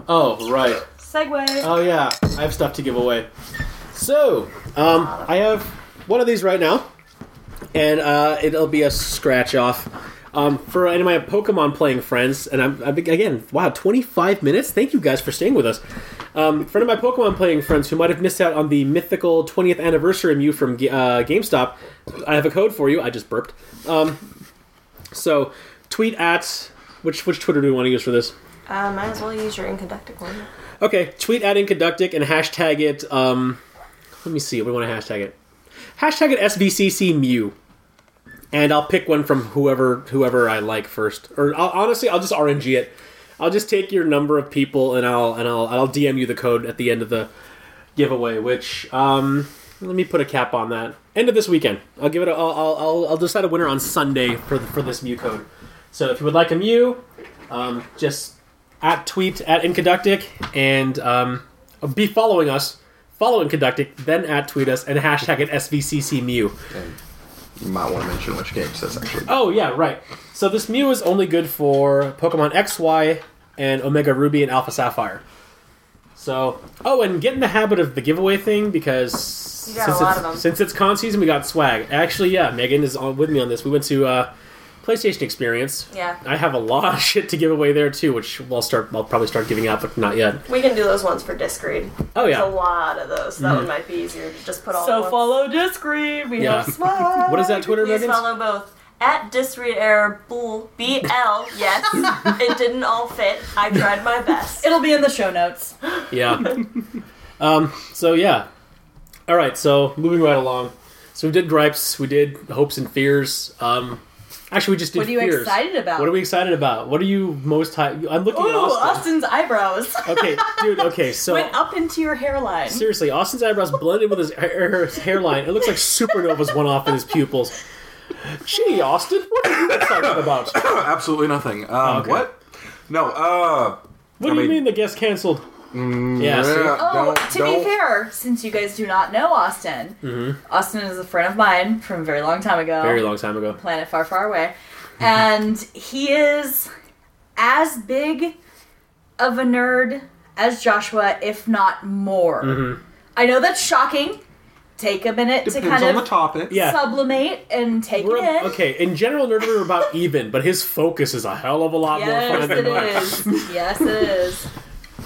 Speaker 2: Oh right.
Speaker 4: Segway.
Speaker 2: Oh yeah, I have stuff to give away. So, um, I have one of these right now, and uh, it'll be a scratch off. Um, for any of my Pokemon playing friends, and I'm, I'm again, wow, 25 minutes. Thank you guys for staying with us. Um, for any of my Pokemon playing friends who might have missed out on the mythical 20th anniversary Mew from Ga- uh, GameStop, I have a code for you. I just burped. Um, so tweet at which which Twitter do we want to use for this?
Speaker 5: Uh, might as well use your inconductic one.
Speaker 2: Okay, tweet at Inconductic and hashtag it. Um, let me see. We want to hashtag it. Hashtag it SVCC Mew, and I'll pick one from whoever whoever I like first. Or I'll, honestly, I'll just RNG it. I'll just take your number of people and I'll and I'll I'll DM you the code at the end of the giveaway. Which um, let me put a cap on that. End of this weekend. I'll give it. A, I'll, I'll I'll I'll decide a winner on Sunday for the, for this Mew code. So if you would like a Mew, um, just at tweet at Inconductic and um, be following us. Follow Inconductic, then at tweet us and hashtag it SVCCMew.
Speaker 8: And you might want to mention which games that's actually.
Speaker 2: Oh yeah, right. So this Mew is only good for Pokemon XY and Omega Ruby and Alpha Sapphire. So oh, and get in the habit of the giveaway thing because
Speaker 5: You got a
Speaker 2: since,
Speaker 5: lot
Speaker 2: it's,
Speaker 5: of them.
Speaker 2: since it's con season, we got swag. Actually, yeah, Megan is on, with me on this. We went to uh, PlayStation Experience.
Speaker 5: Yeah.
Speaker 2: I have a lot of (laughs) shit to give away there too, which I'll start. I'll probably start giving out, but not yet.
Speaker 5: We can do those ones for disc read.
Speaker 2: Oh
Speaker 5: There's
Speaker 2: yeah. Mm-hmm.
Speaker 5: a lot of those. That one might be easier to just put all. at
Speaker 9: So
Speaker 5: once.
Speaker 9: follow Discreet. We
Speaker 2: Yeah.
Speaker 9: have swag.
Speaker 2: What is that Twitter,
Speaker 5: Please
Speaker 2: Megan?
Speaker 5: follow both. At disread error bl- BL,
Speaker 2: (laughs)
Speaker 5: yes. it didn't all fit. I tried my best.
Speaker 2: Oh,
Speaker 9: It'll be in the show notes.
Speaker 2: Yeah. um. So yeah. All right. So moving right along. So we did gripes. We did hopes and fears. Um. Actually, we just did.
Speaker 9: What are you
Speaker 2: fears.
Speaker 9: excited about?
Speaker 2: What are we excited about? What are you most high? I'm looking at
Speaker 9: Ooh,
Speaker 2: Austin. Oh.
Speaker 9: Austin's eyebrows
Speaker 2: Okay, dude. Okay, so
Speaker 9: went up into your hairline.
Speaker 2: seriously, Austin's eyebrows blended with his hair- his hairline. It looks like supernova's went off in his pupils. Gee, Austin, what are you excited about? What
Speaker 3: Absolutely nothing. Um,
Speaker 2: okay.
Speaker 3: What? No. Uh,
Speaker 2: do you
Speaker 3: mean- Mm,
Speaker 2: mean the guest canceled? yeah. see?
Speaker 3: yeah,
Speaker 4: Oh,
Speaker 3: don't,
Speaker 4: to
Speaker 3: don't-
Speaker 4: be fair, since you guys do not know Austin, Austin is a friend of mine from a very long time ago.
Speaker 2: Mm-hmm. Very long time ago.
Speaker 4: planet far, far away.
Speaker 2: Mm-hmm.
Speaker 4: And he is as big of a nerd as Joshua, if not more.
Speaker 2: Mm-hmm.
Speaker 4: I know that's shocking. Take a minute to
Speaker 3: Depends
Speaker 4: kind
Speaker 3: on
Speaker 4: of
Speaker 3: the topic.
Speaker 2: Yeah.
Speaker 4: sublimate and take
Speaker 2: We're,
Speaker 4: it in.
Speaker 2: okay, in general, nerdery
Speaker 4: (laughs)
Speaker 2: we're about even, but his focus is a hell of a lot more
Speaker 4: Yes,
Speaker 2: fun than
Speaker 4: it
Speaker 2: mine.
Speaker 4: is. Yes, it
Speaker 2: (laughs)
Speaker 4: is.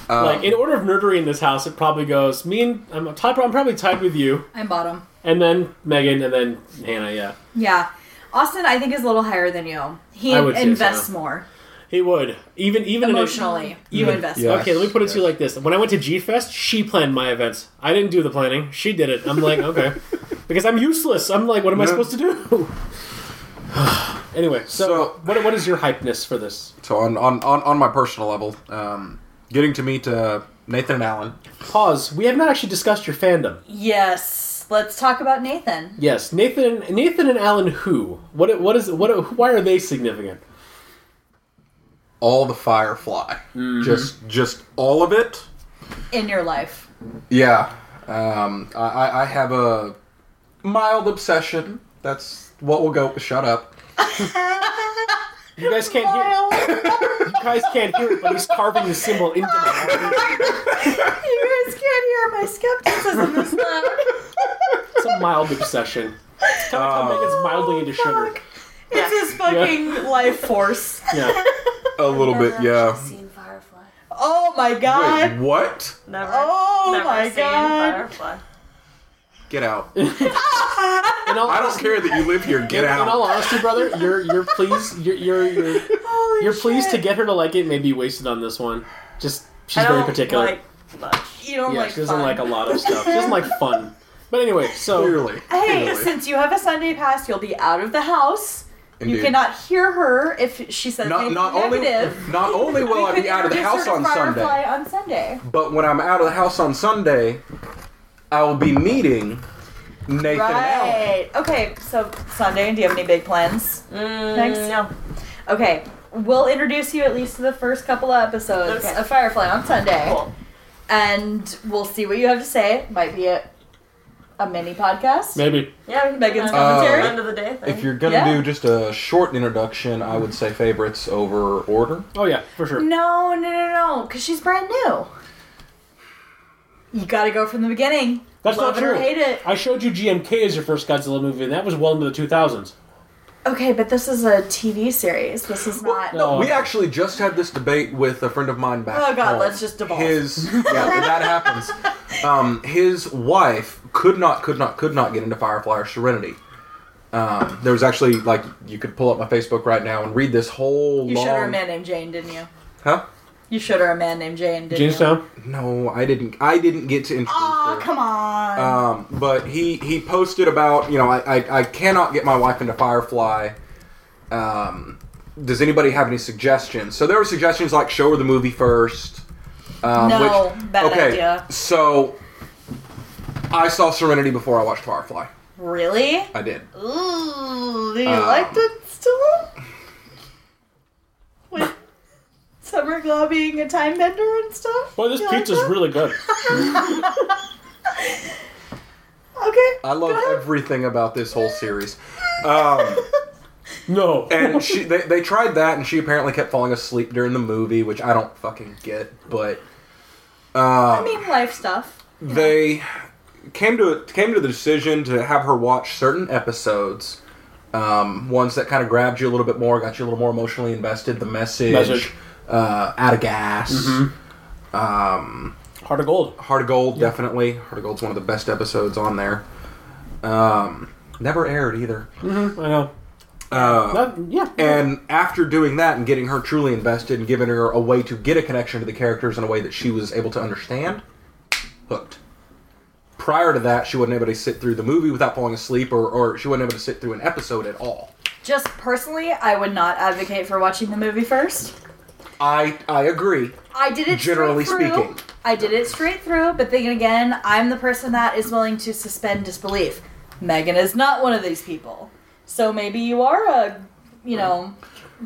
Speaker 3: Um,
Speaker 2: Like in order of nerdery in this house, it probably goes me and I'm, i I'm probably tied with you,
Speaker 4: I'm bottom.
Speaker 2: and then Megan, and then Hannah. Yeah,
Speaker 4: Yeah. Austin, I think, is a little higher than you. He
Speaker 2: I would say
Speaker 4: invests
Speaker 2: so.
Speaker 4: more
Speaker 2: he would even even in a-
Speaker 4: emotionally. You
Speaker 2: Even-
Speaker 4: invest.
Speaker 8: yeah.
Speaker 4: more.
Speaker 2: Okay, let me put it to you
Speaker 8: Yes.
Speaker 2: like this: When I went to G Fest, she planned my events. I didn't do the planning; she did it. I'm like,
Speaker 3: (laughs)
Speaker 2: okay, because I'm useless. I'm like, what am I
Speaker 3: Yeah.
Speaker 2: supposed to do? (sighs) anyway, so,
Speaker 3: So-
Speaker 2: what what is your hypeness for this?
Speaker 3: So on, on, on, on my personal level, um, getting to meet uh, Nathan and Alan.
Speaker 2: Pause. We have not actually discussed your fandom.
Speaker 4: Yes. Let's talk about Nathan.
Speaker 2: Yes, Nathan, Nathan and Alan. Who? What? What is? What? Why are they significant?
Speaker 3: all the Firefly,
Speaker 2: Mm-hmm.
Speaker 3: just just all of it.
Speaker 4: In your life.
Speaker 3: Yeah, um, I- I, I have a mild obsession. That's what we'll go. Shut up.
Speaker 2: You guys can't hear. You guys can't hear it, but he's carving the symbol into my.
Speaker 4: you guys can't hear my skepticism this
Speaker 3: (laughs)
Speaker 4: loud.
Speaker 2: It's a mild obsession. It's kind of
Speaker 3: Uh,
Speaker 2: like it's mildly into sugar.
Speaker 4: It's his fucking life force.
Speaker 2: Yeah.
Speaker 3: A little bit, yeah.
Speaker 5: Seen Firefly.
Speaker 4: Oh my god.
Speaker 3: Wait, what?
Speaker 5: Never.
Speaker 4: Oh
Speaker 5: never
Speaker 4: my
Speaker 5: seen
Speaker 4: God.
Speaker 5: Firefly.
Speaker 3: Get out!
Speaker 2: (laughs) In all,
Speaker 3: I don't care that you live here. Get
Speaker 2: in, in all
Speaker 3: out.
Speaker 2: honesty, brother, you're you're pleased you're you're you're,
Speaker 4: (laughs) Holy
Speaker 2: you're pleased to
Speaker 4: shit.
Speaker 2: get her to like it. Maybe wasted on this one. Just she's
Speaker 5: I
Speaker 2: very
Speaker 5: don't
Speaker 2: particular.
Speaker 5: Like much.
Speaker 4: You don't
Speaker 2: yeah,
Speaker 4: like
Speaker 2: she doesn't
Speaker 4: fun.
Speaker 2: like a lot of stuff. She doesn't like fun. But anyway, so
Speaker 3: Clearly,
Speaker 4: Hey,
Speaker 3: clearly.
Speaker 4: since you have a Sunday pass, you'll be out of the house. You
Speaker 3: Indeed.
Speaker 4: cannot hear her if she says
Speaker 3: Not,
Speaker 4: anything
Speaker 3: not only
Speaker 4: negative.
Speaker 3: not only
Speaker 4: (laughs)
Speaker 3: will I be out of the house on Sunday,
Speaker 4: Firefly on Sunday.
Speaker 3: but when I'm out of the house on Sunday, I will be meeting Nathan and Alan.
Speaker 4: Right. Okay, so Sunday, do you have any big plans?
Speaker 5: Mm,
Speaker 4: Thanks.
Speaker 5: No.
Speaker 4: Okay, we'll introduce you at least to the first couple of episodes
Speaker 5: Okay.
Speaker 4: of Firefly on Sunday.
Speaker 5: Cool.
Speaker 4: and we'll see what you have to say. It might be a, a mini podcast.
Speaker 2: maybe
Speaker 5: Yeah, we can
Speaker 4: Megan's
Speaker 5: do that.
Speaker 3: commentary?
Speaker 5: End of the day thing.
Speaker 3: If you're gonna
Speaker 4: Yeah.
Speaker 3: do just a short introduction, I would say favorites over order.
Speaker 2: oh yeah, for sure.
Speaker 4: No, no, no, no, because she's brand new. You gotta go from the beginning.
Speaker 2: That's
Speaker 4: Love
Speaker 2: not
Speaker 4: it or
Speaker 2: true.
Speaker 4: hate it.
Speaker 2: I showed you GMK as your first Godzilla movie, and that was well into the 2000s.
Speaker 4: Okay, but this is a TV series. This is not.
Speaker 3: No,
Speaker 2: Oh,
Speaker 3: we
Speaker 2: okay.
Speaker 3: actually just had this debate with a friend of mine back.
Speaker 4: Oh, God,
Speaker 3: home.
Speaker 4: let's just devolve.
Speaker 3: His yeah, that happens. Um, his wife could not, could not, could not get into Firefly or Serenity. Um, there was actually like you could pull up my Facebook right now and read this whole
Speaker 4: You
Speaker 3: long.
Speaker 4: showed her a man named Jane, didn't you?
Speaker 3: Huh?
Speaker 4: You showed her a man named Jane, didn't you?
Speaker 2: Jamestown?
Speaker 3: No, I didn't. I didn't get to introduce
Speaker 4: Aw,
Speaker 3: her.
Speaker 4: come on.
Speaker 3: Um, but he he posted about you know I, I, I cannot get my wife into Firefly. Um, does anybody have any suggestions? So there were suggestions like show her the movie first. Um,
Speaker 4: No,
Speaker 3: which,
Speaker 4: bad
Speaker 3: okay,
Speaker 4: idea.
Speaker 3: So I saw Serenity before I watched Firefly.
Speaker 4: really?
Speaker 3: I did.
Speaker 4: Ooh, do you
Speaker 3: Um,
Speaker 4: like that still? With Summer Glau being a time bender and stuff?
Speaker 2: Boy, this
Speaker 4: You like
Speaker 2: pizza's
Speaker 4: that? (laughs)
Speaker 2: really good.
Speaker 4: Okay.
Speaker 3: I love everything about this whole series. Um,
Speaker 2: No.
Speaker 3: and she they, they tried that and she apparently kept falling asleep during the movie, which I don't fucking get, but
Speaker 4: I
Speaker 3: Um,
Speaker 4: mean, life stuff.
Speaker 3: they came to came to the decision to have her watch certain episodes, um, ones that kind of grabbed you a little bit more, got you a little more emotionally invested. The message,
Speaker 2: Message.
Speaker 3: Uh, out of gas,
Speaker 2: Heart of gold.
Speaker 3: Heart of Gold, definitely. Heart of Gold's one of the best episodes on there. Um, never aired either.
Speaker 2: I know. That- yeah.
Speaker 3: Uh, And after doing that and getting her truly invested and giving her a way to get a connection to the characters in a way that she was able to understand, hooked. Prior to that, she wasn't able to sit through the movie without falling asleep, or, or she wasn't able to sit through an episode at all.
Speaker 4: Just personally, I would not advocate for watching the movie first.
Speaker 3: I I agree.
Speaker 4: I did it
Speaker 3: Generally
Speaker 4: straight through.
Speaker 3: speaking.
Speaker 4: I did it straight through, but then again, I'm the person that is willing to suspend disbelief. Megan is not one of these people, so maybe you are a, you know,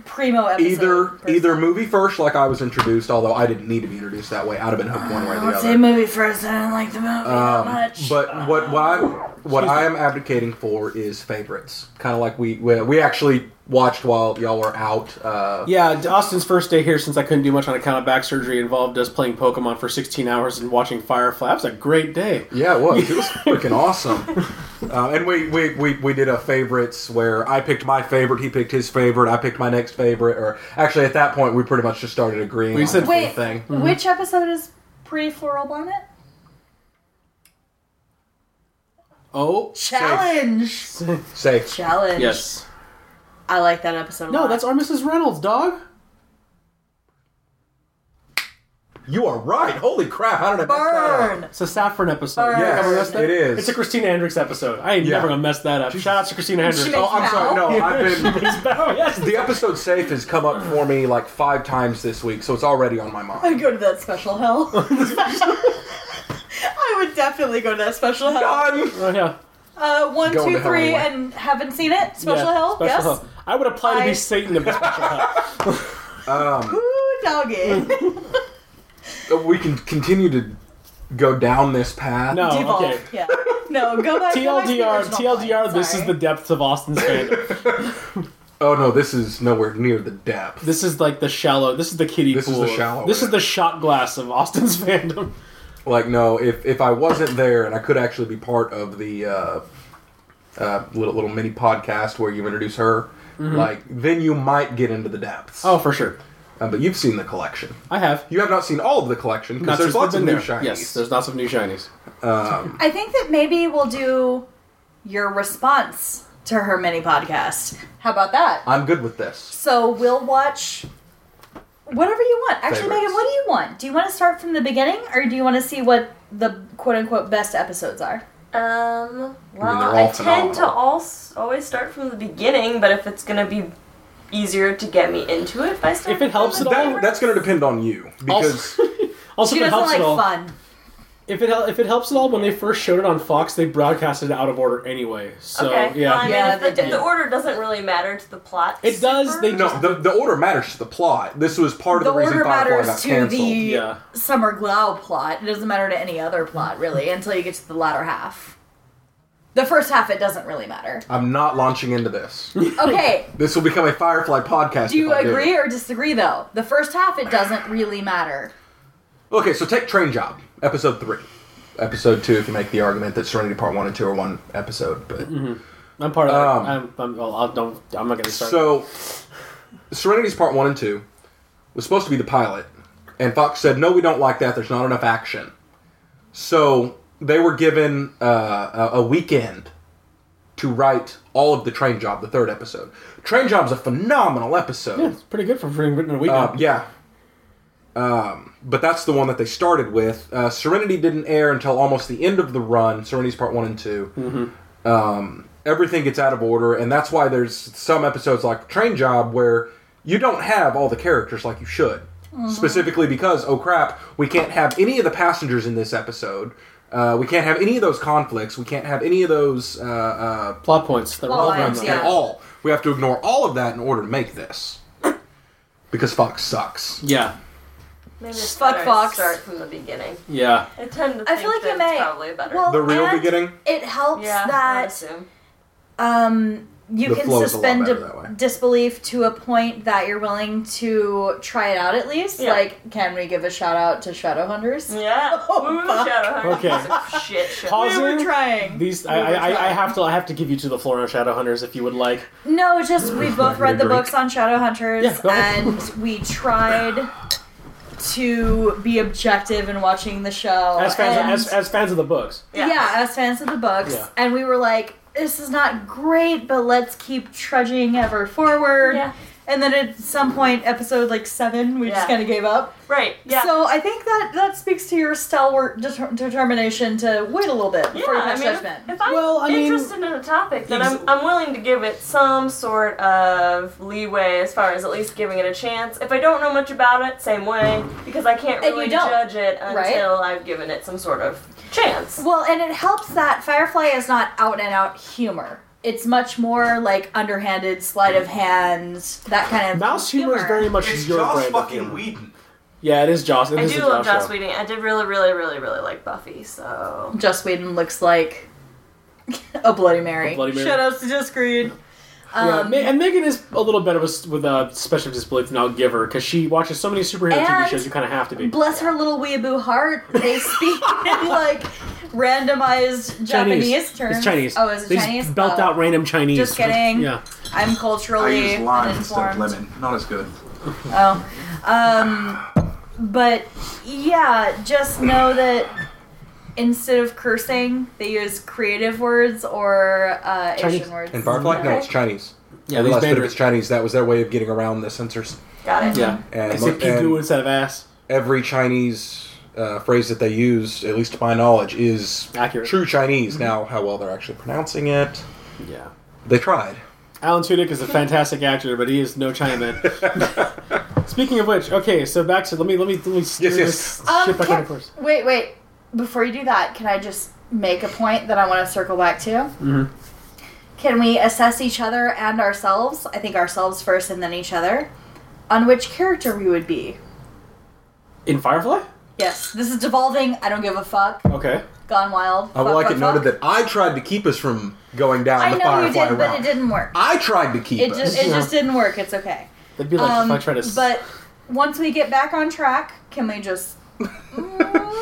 Speaker 4: primo episode.
Speaker 3: Either
Speaker 4: person.
Speaker 3: either movie first, like I was introduced, although I didn't need to be introduced that way. I'd have been hooked one way or the
Speaker 4: I'll say
Speaker 3: other. Um,
Speaker 4: movie first. I didn't like the movie that much.
Speaker 3: But what what I, what I am advocating for is favorites, kind of like we, we we actually watched while y'all were out. Uh,
Speaker 2: Yeah, Austin's first day here, since I couldn't do much on account of back surgery, involved us playing Pokemon for 16 hours and watching Firefly. That was a great day.
Speaker 3: Yeah, it was. It was freaking awesome. Uh, and we, we, we, we did a favorites where I picked my favorite, he picked his favorite, I picked my next favorite. Or actually, at that point, we pretty much just started agreeing
Speaker 2: We
Speaker 3: on
Speaker 2: said-
Speaker 4: Wait,
Speaker 3: everything.
Speaker 2: Mm-hmm.
Speaker 4: which episode is pre Floral Bonnet?
Speaker 2: Oh,
Speaker 4: Challenge.
Speaker 3: Safe.
Speaker 4: Challenge.
Speaker 2: yes.
Speaker 4: I like that episode. a
Speaker 2: No,
Speaker 4: lot.
Speaker 2: that's our Mrs. Reynolds, dog.
Speaker 3: You are right. Holy crap! How did I mess that up?
Speaker 4: burn.
Speaker 2: It's a Saffron episode.
Speaker 4: Burn.
Speaker 2: You think I'm gonna
Speaker 3: Yes,
Speaker 2: mess that-
Speaker 3: it is.
Speaker 2: It's a Christina Hendricks episode. I ain't
Speaker 3: Yeah.
Speaker 2: never gonna mess that up. Shout out to Christina Hendricks.
Speaker 4: She
Speaker 3: Oh,
Speaker 4: makes-
Speaker 3: I'm sorry. No, I've been.
Speaker 2: oh, yes.
Speaker 4: (laughs)
Speaker 3: The episode safe has come up for me like five times this week, so it's already on my mind.
Speaker 4: (laughs) I go to that special
Speaker 3: (laughs)
Speaker 4: hell. I would definitely go to that special hell.
Speaker 3: Done.
Speaker 2: Oh, yeah.
Speaker 4: Uh, one,
Speaker 3: Going
Speaker 4: two,
Speaker 3: to hell
Speaker 4: three,
Speaker 3: anyway.
Speaker 4: and haven't seen it. Special
Speaker 2: yeah.
Speaker 4: hell.
Speaker 2: Special
Speaker 4: yes.
Speaker 2: help. I would apply to
Speaker 4: I-
Speaker 2: be Satan if
Speaker 4: (laughs)
Speaker 2: it's special help.
Speaker 4: Ooh,
Speaker 2: (laughs)
Speaker 4: doggy.
Speaker 3: Uh, We can continue to go down this path.
Speaker 2: No,
Speaker 4: Devolve.
Speaker 2: Oh, okay.
Speaker 4: Yeah. No, go back. go back to the
Speaker 2: TLDR,
Speaker 4: original
Speaker 2: TLDR.
Speaker 4: plan,
Speaker 2: This
Speaker 4: sorry.
Speaker 2: is the depth of
Speaker 4: (laughs)
Speaker 2: Austin's fandom.
Speaker 3: Oh no, this is nowhere near the depth.
Speaker 2: this is like the shallow. This is the kiddie
Speaker 3: This is
Speaker 2: pool.
Speaker 3: the shallow
Speaker 2: This is
Speaker 3: end.
Speaker 2: the shot glass of Austin's (laughs) fandom.
Speaker 3: like no if if i wasn't there and i could actually be part of the uh, uh, little little mini podcast where you introduce her like then you might get into the depths
Speaker 2: Mm-hmm. Oh, for sure.
Speaker 3: Uh, but you've seen the collection
Speaker 2: I have.
Speaker 3: you have not seen all of the collection because there's
Speaker 2: since we've
Speaker 3: lots of
Speaker 2: been
Speaker 3: new
Speaker 2: there.
Speaker 3: shinies
Speaker 2: Yes, there's lots of new shinies.
Speaker 4: I think that maybe we'll do your response to her mini podcast. How about that?
Speaker 3: i'm good with this
Speaker 4: So we'll watch whatever you want. Actually,
Speaker 3: Favorites.
Speaker 4: Megan, what do you want? Do you want to start from the beginning, or do you want to see what the quote unquote best episodes are?
Speaker 5: Um, well,
Speaker 3: they're all
Speaker 5: I tend to
Speaker 3: phenomenal.
Speaker 5: als always start from the beginning, but if it's gonna be easier to get me into it, if I start
Speaker 2: If it helps
Speaker 5: from
Speaker 2: at
Speaker 5: the
Speaker 2: all.
Speaker 5: favorites-
Speaker 3: that, that's going to depend on you because
Speaker 2: Also, also
Speaker 4: She
Speaker 2: if it
Speaker 4: doesn't
Speaker 2: helps
Speaker 4: like
Speaker 2: at all.
Speaker 4: fun.
Speaker 2: If it hel- if it helps at all, when they first showed it on Fox, they broadcasted it out of order anyway. So
Speaker 5: okay.
Speaker 2: yeah,
Speaker 5: Well, I mean,
Speaker 4: Yeah,
Speaker 5: if the,
Speaker 4: they
Speaker 5: if the
Speaker 4: did.
Speaker 5: order doesn't really matter to the plot.
Speaker 2: It does, (laughs)
Speaker 5: super-
Speaker 2: they do.
Speaker 3: no the, the order matters to the plot this was part of
Speaker 4: The
Speaker 3: the, reason
Speaker 4: order
Speaker 3: firefly got
Speaker 4: matters to
Speaker 3: canceled
Speaker 4: the
Speaker 2: Yeah.
Speaker 4: Summer Glau plot. It doesn't matter to any other plot really until you get to the latter half. The first half it doesn't really matter.
Speaker 3: i'm not launching into this
Speaker 2: (laughs)
Speaker 4: Okay,
Speaker 3: this will become a firefly podcast
Speaker 4: do you
Speaker 3: if I
Speaker 4: agree or disagree though? The first half it doesn't really matter.
Speaker 3: Okay, so take Train Job, episode three. Episode two, if you make the argument that Serenity Part One and Two are one episode, but
Speaker 2: I'm part of
Speaker 3: Um,
Speaker 2: it. I'm, I'm, well, I'll, don't, I'm not going to start.
Speaker 3: So, Serenity's part one and two was supposed to be the pilot, and Fox said, "No, we don't like that. There's not enough action." So they were given uh, a a weekend to write all of the Train Job, the third episode. Train Job's a phenomenal episode.
Speaker 2: yeah, it's pretty good for being written in a weekend.
Speaker 3: Um, yeah. Um, but that's the one that they started with. Uh, Serenity didn't air until almost the end of the run. Serenity's part one and 2 Um, everything gets out of order, and that's why there's some episodes like Train Job where you don't have all the characters like you should. Specifically because, oh crap, we can't have any of the passengers in this episode. Uh, we can't have any of those conflicts. We can't have any of those uh, uh,
Speaker 2: Plot points. That
Speaker 4: Plot
Speaker 2: were
Speaker 4: lines,
Speaker 2: relevant.
Speaker 4: yeah.
Speaker 3: at all. We have to ignore all of that in order to make this. (coughs) Because Fox sucks.
Speaker 2: yeah.
Speaker 5: Maybe it's
Speaker 4: Fuck
Speaker 5: better to
Speaker 4: Fox.
Speaker 5: Start from the beginning.
Speaker 2: Yeah.
Speaker 5: I tend to.
Speaker 4: I
Speaker 5: Think
Speaker 4: feel like
Speaker 5: that
Speaker 4: it
Speaker 5: it's
Speaker 4: may-
Speaker 5: probably better.
Speaker 4: Well,
Speaker 3: The real
Speaker 4: and
Speaker 3: beginning?
Speaker 4: It helps
Speaker 5: yeah, I would
Speaker 4: that
Speaker 5: assume.
Speaker 4: um, you
Speaker 3: The
Speaker 4: can
Speaker 3: flow is a lot
Speaker 4: suspend
Speaker 3: better
Speaker 4: di-
Speaker 3: that way.
Speaker 4: disbelief to a point that you're willing to try it out at least.
Speaker 5: Yeah. Mm.
Speaker 4: Like, can we give a shout out to Shadowhunters?
Speaker 2: (laughs)
Speaker 5: Yeah.
Speaker 4: Oh,
Speaker 5: Ooh,
Speaker 4: fuck.
Speaker 5: Shadowhunter.
Speaker 2: Okay.
Speaker 5: It's a (laughs) Shit. show.
Speaker 2: Pause.
Speaker 4: We were
Speaker 2: Pausing.
Speaker 4: trying.
Speaker 2: These I, I, I, I have to I have to give you to the floor on Shadowhunters if you would like.
Speaker 4: No, just we both read the
Speaker 3: drink.
Speaker 4: books on Shadowhunters
Speaker 2: Yeah, go ahead.
Speaker 4: and we tried to be objective in watching the show.
Speaker 2: As fans
Speaker 4: Oh, and-
Speaker 2: as, as fans of the books.
Speaker 4: yeah. as fans of the books.
Speaker 2: Yeah.
Speaker 4: And we were like, this is not great, but let's keep trudging ever forward.
Speaker 5: Yeah.
Speaker 4: And then at some point, episode like seven, we just
Speaker 5: Yeah.
Speaker 4: kind of gave up.
Speaker 5: Right. Yeah.
Speaker 4: So I think that that speaks to your stalwart det- determination to wait a little bit
Speaker 5: yeah,
Speaker 4: before you
Speaker 5: I
Speaker 4: pass
Speaker 5: mean,
Speaker 4: judgment.
Speaker 5: if, if I'm
Speaker 2: Well, I mean-
Speaker 5: interested in a topic, then
Speaker 2: Ex-
Speaker 5: I'm, I'm willing to give it some sort of leeway as far as at least giving it a chance. If I don't know much about it, same way, because I can't
Speaker 4: And you
Speaker 5: really
Speaker 4: don't,
Speaker 5: judge it until
Speaker 4: right?
Speaker 5: I've given it some sort of chance.
Speaker 4: Well, and it helps that Firefly is not out and out humor. It's much more like underhanded sleight of hand, that kind of
Speaker 2: Mouse humor, is very much
Speaker 10: It's
Speaker 2: your
Speaker 10: Joss
Speaker 2: brand of
Speaker 10: fucking
Speaker 2: humor.
Speaker 10: Whedon.
Speaker 2: Yeah, it is Joss. It
Speaker 5: I
Speaker 2: is a
Speaker 5: do love
Speaker 2: Joss
Speaker 5: Joss
Speaker 2: show.
Speaker 5: Whedon. I did really, really, really, really like Buffy, so.
Speaker 4: Just Whedon looks like (laughs) a Bloody Mary.
Speaker 2: A Bloody Mary.
Speaker 4: Shout outs to Just Green.
Speaker 2: Yeah,
Speaker 4: Um,
Speaker 2: Ma- and Megan is a little bit of a s- with a special disbelief, and I'll give her because she watches so many superhero TV
Speaker 4: And-
Speaker 2: shows. You kind of have to be.
Speaker 4: Bless her little weeaboo heart. They speak
Speaker 2: (laughs)
Speaker 4: in like randomized Japanese terms.
Speaker 2: It's Chinese.
Speaker 4: Oh, is it
Speaker 2: they just
Speaker 4: Chinese?
Speaker 2: belt
Speaker 4: Oh,
Speaker 2: out random Chinese.
Speaker 4: Just kidding.
Speaker 2: Yeah.
Speaker 4: I'm
Speaker 10: I
Speaker 4: culturally
Speaker 10: use lime instead of
Speaker 4: uninformed.
Speaker 10: lemon. Not as good.
Speaker 4: Oh. Um, but yeah, just know that instead of cursing, they use creative words or uh,
Speaker 2: Chinese.
Speaker 4: Asian words.
Speaker 3: And Firefly? No,
Speaker 5: Okay.
Speaker 3: it's Chinese.
Speaker 2: Yeah.
Speaker 3: the
Speaker 2: These
Speaker 3: last bit of it's
Speaker 2: banders.
Speaker 3: Chinese. That was their way of getting around the censors.
Speaker 5: Got it.
Speaker 2: Yeah.
Speaker 3: And,
Speaker 2: I say
Speaker 3: mo-
Speaker 2: pigu
Speaker 3: and
Speaker 2: instead of ass.
Speaker 3: every Chinese uh, phrase that they use, at least to my knowledge, is
Speaker 2: Accurate.
Speaker 3: true Chinese. Now, how well they're actually pronouncing it,
Speaker 2: Yeah.
Speaker 3: they tried.
Speaker 2: Alan Tudyk is a fantastic actor, but he is no (laughs) Chinaman. Speaking of which, okay, so back to let me let me let me steer
Speaker 3: Yes, yes.
Speaker 2: this
Speaker 4: Um,
Speaker 2: ship back
Speaker 4: can-
Speaker 2: on course.
Speaker 4: Wait, wait. Before you do that, can I just make a point that I want to circle back to?
Speaker 2: Mhm.
Speaker 4: Can we assess each other and ourselves? I think ourselves first and then each other. On which character we would be.
Speaker 2: In Firefly.
Speaker 4: Yes, this is devolving. I don't give a fuck.
Speaker 2: Okay.
Speaker 4: Gone wild.
Speaker 3: Oh, I would
Speaker 4: Fuck,
Speaker 3: like
Speaker 4: fuck,
Speaker 3: it noted
Speaker 4: fuck.
Speaker 3: that I tried to keep us from going down
Speaker 4: I
Speaker 3: the
Speaker 4: know you
Speaker 3: Firefly
Speaker 4: did,
Speaker 3: route.
Speaker 4: but it didn't work.
Speaker 3: I tried to keep
Speaker 4: It
Speaker 3: us.
Speaker 4: just it just didn't work. It's okay.
Speaker 2: That'd be like
Speaker 4: Um,
Speaker 2: if I try to. s-
Speaker 4: But once we get back on track, can we
Speaker 3: (laughs)
Speaker 4: just mm,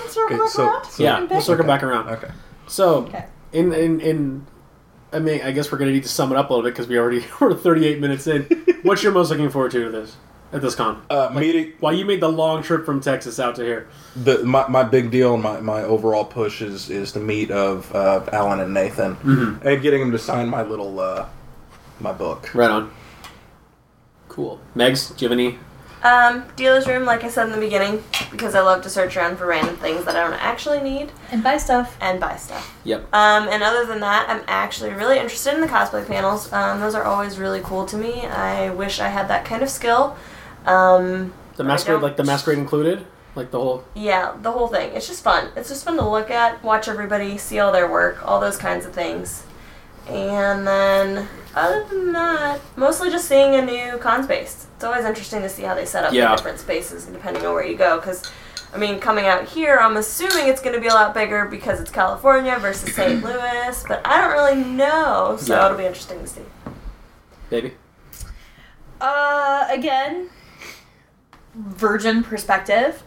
Speaker 4: circle
Speaker 3: Okay, so-
Speaker 4: around?
Speaker 3: so-
Speaker 2: yeah, we'll circle
Speaker 3: Okay.
Speaker 2: back around.
Speaker 3: okay.
Speaker 2: So,
Speaker 4: Okay.
Speaker 2: in in in, I mean, I guess we're gonna need to sum it up a little bit because we already (laughs) we're 38 minutes (laughs) in. What's your most looking forward to to this at this con?
Speaker 3: Uh, meeting
Speaker 2: While you made the long trip from Texas out to here,
Speaker 3: the my, my big deal and my, my overall push is is the meet of uh, Alan and Nathan and getting them to sign my little uh, my book.
Speaker 2: right on. Cool, Megs, Jiminy.
Speaker 5: Um, dealer's room, like I said in the beginning, because I love to search around for random things that I don't actually need
Speaker 4: And buy stuff.
Speaker 5: and buy stuff.
Speaker 2: Yep.
Speaker 5: Um, and other than that, I'm actually really interested in the cosplay panels. Um, those are always really cool to me. I wish I had that kind of skill. Um,
Speaker 2: The masquerade,
Speaker 5: don't-
Speaker 2: like the masquerade included, like the whole.
Speaker 5: yeah, the whole thing. It's just fun. It's just fun to look at, watch everybody, see all their work, all those kinds of things. And then, other than that, mostly just seeing a new con space. It's always interesting to see how they set up
Speaker 2: Yeah.
Speaker 5: the different spaces depending on where you go. Because, I mean, coming out here, I'm assuming it's going to be a lot bigger because it's California
Speaker 2: (clears throat)
Speaker 5: versus St. Louis, but I don't really know. So
Speaker 2: Yeah.
Speaker 5: it'll be interesting to see.
Speaker 2: Baby.
Speaker 4: Uh, again, virgin perspective.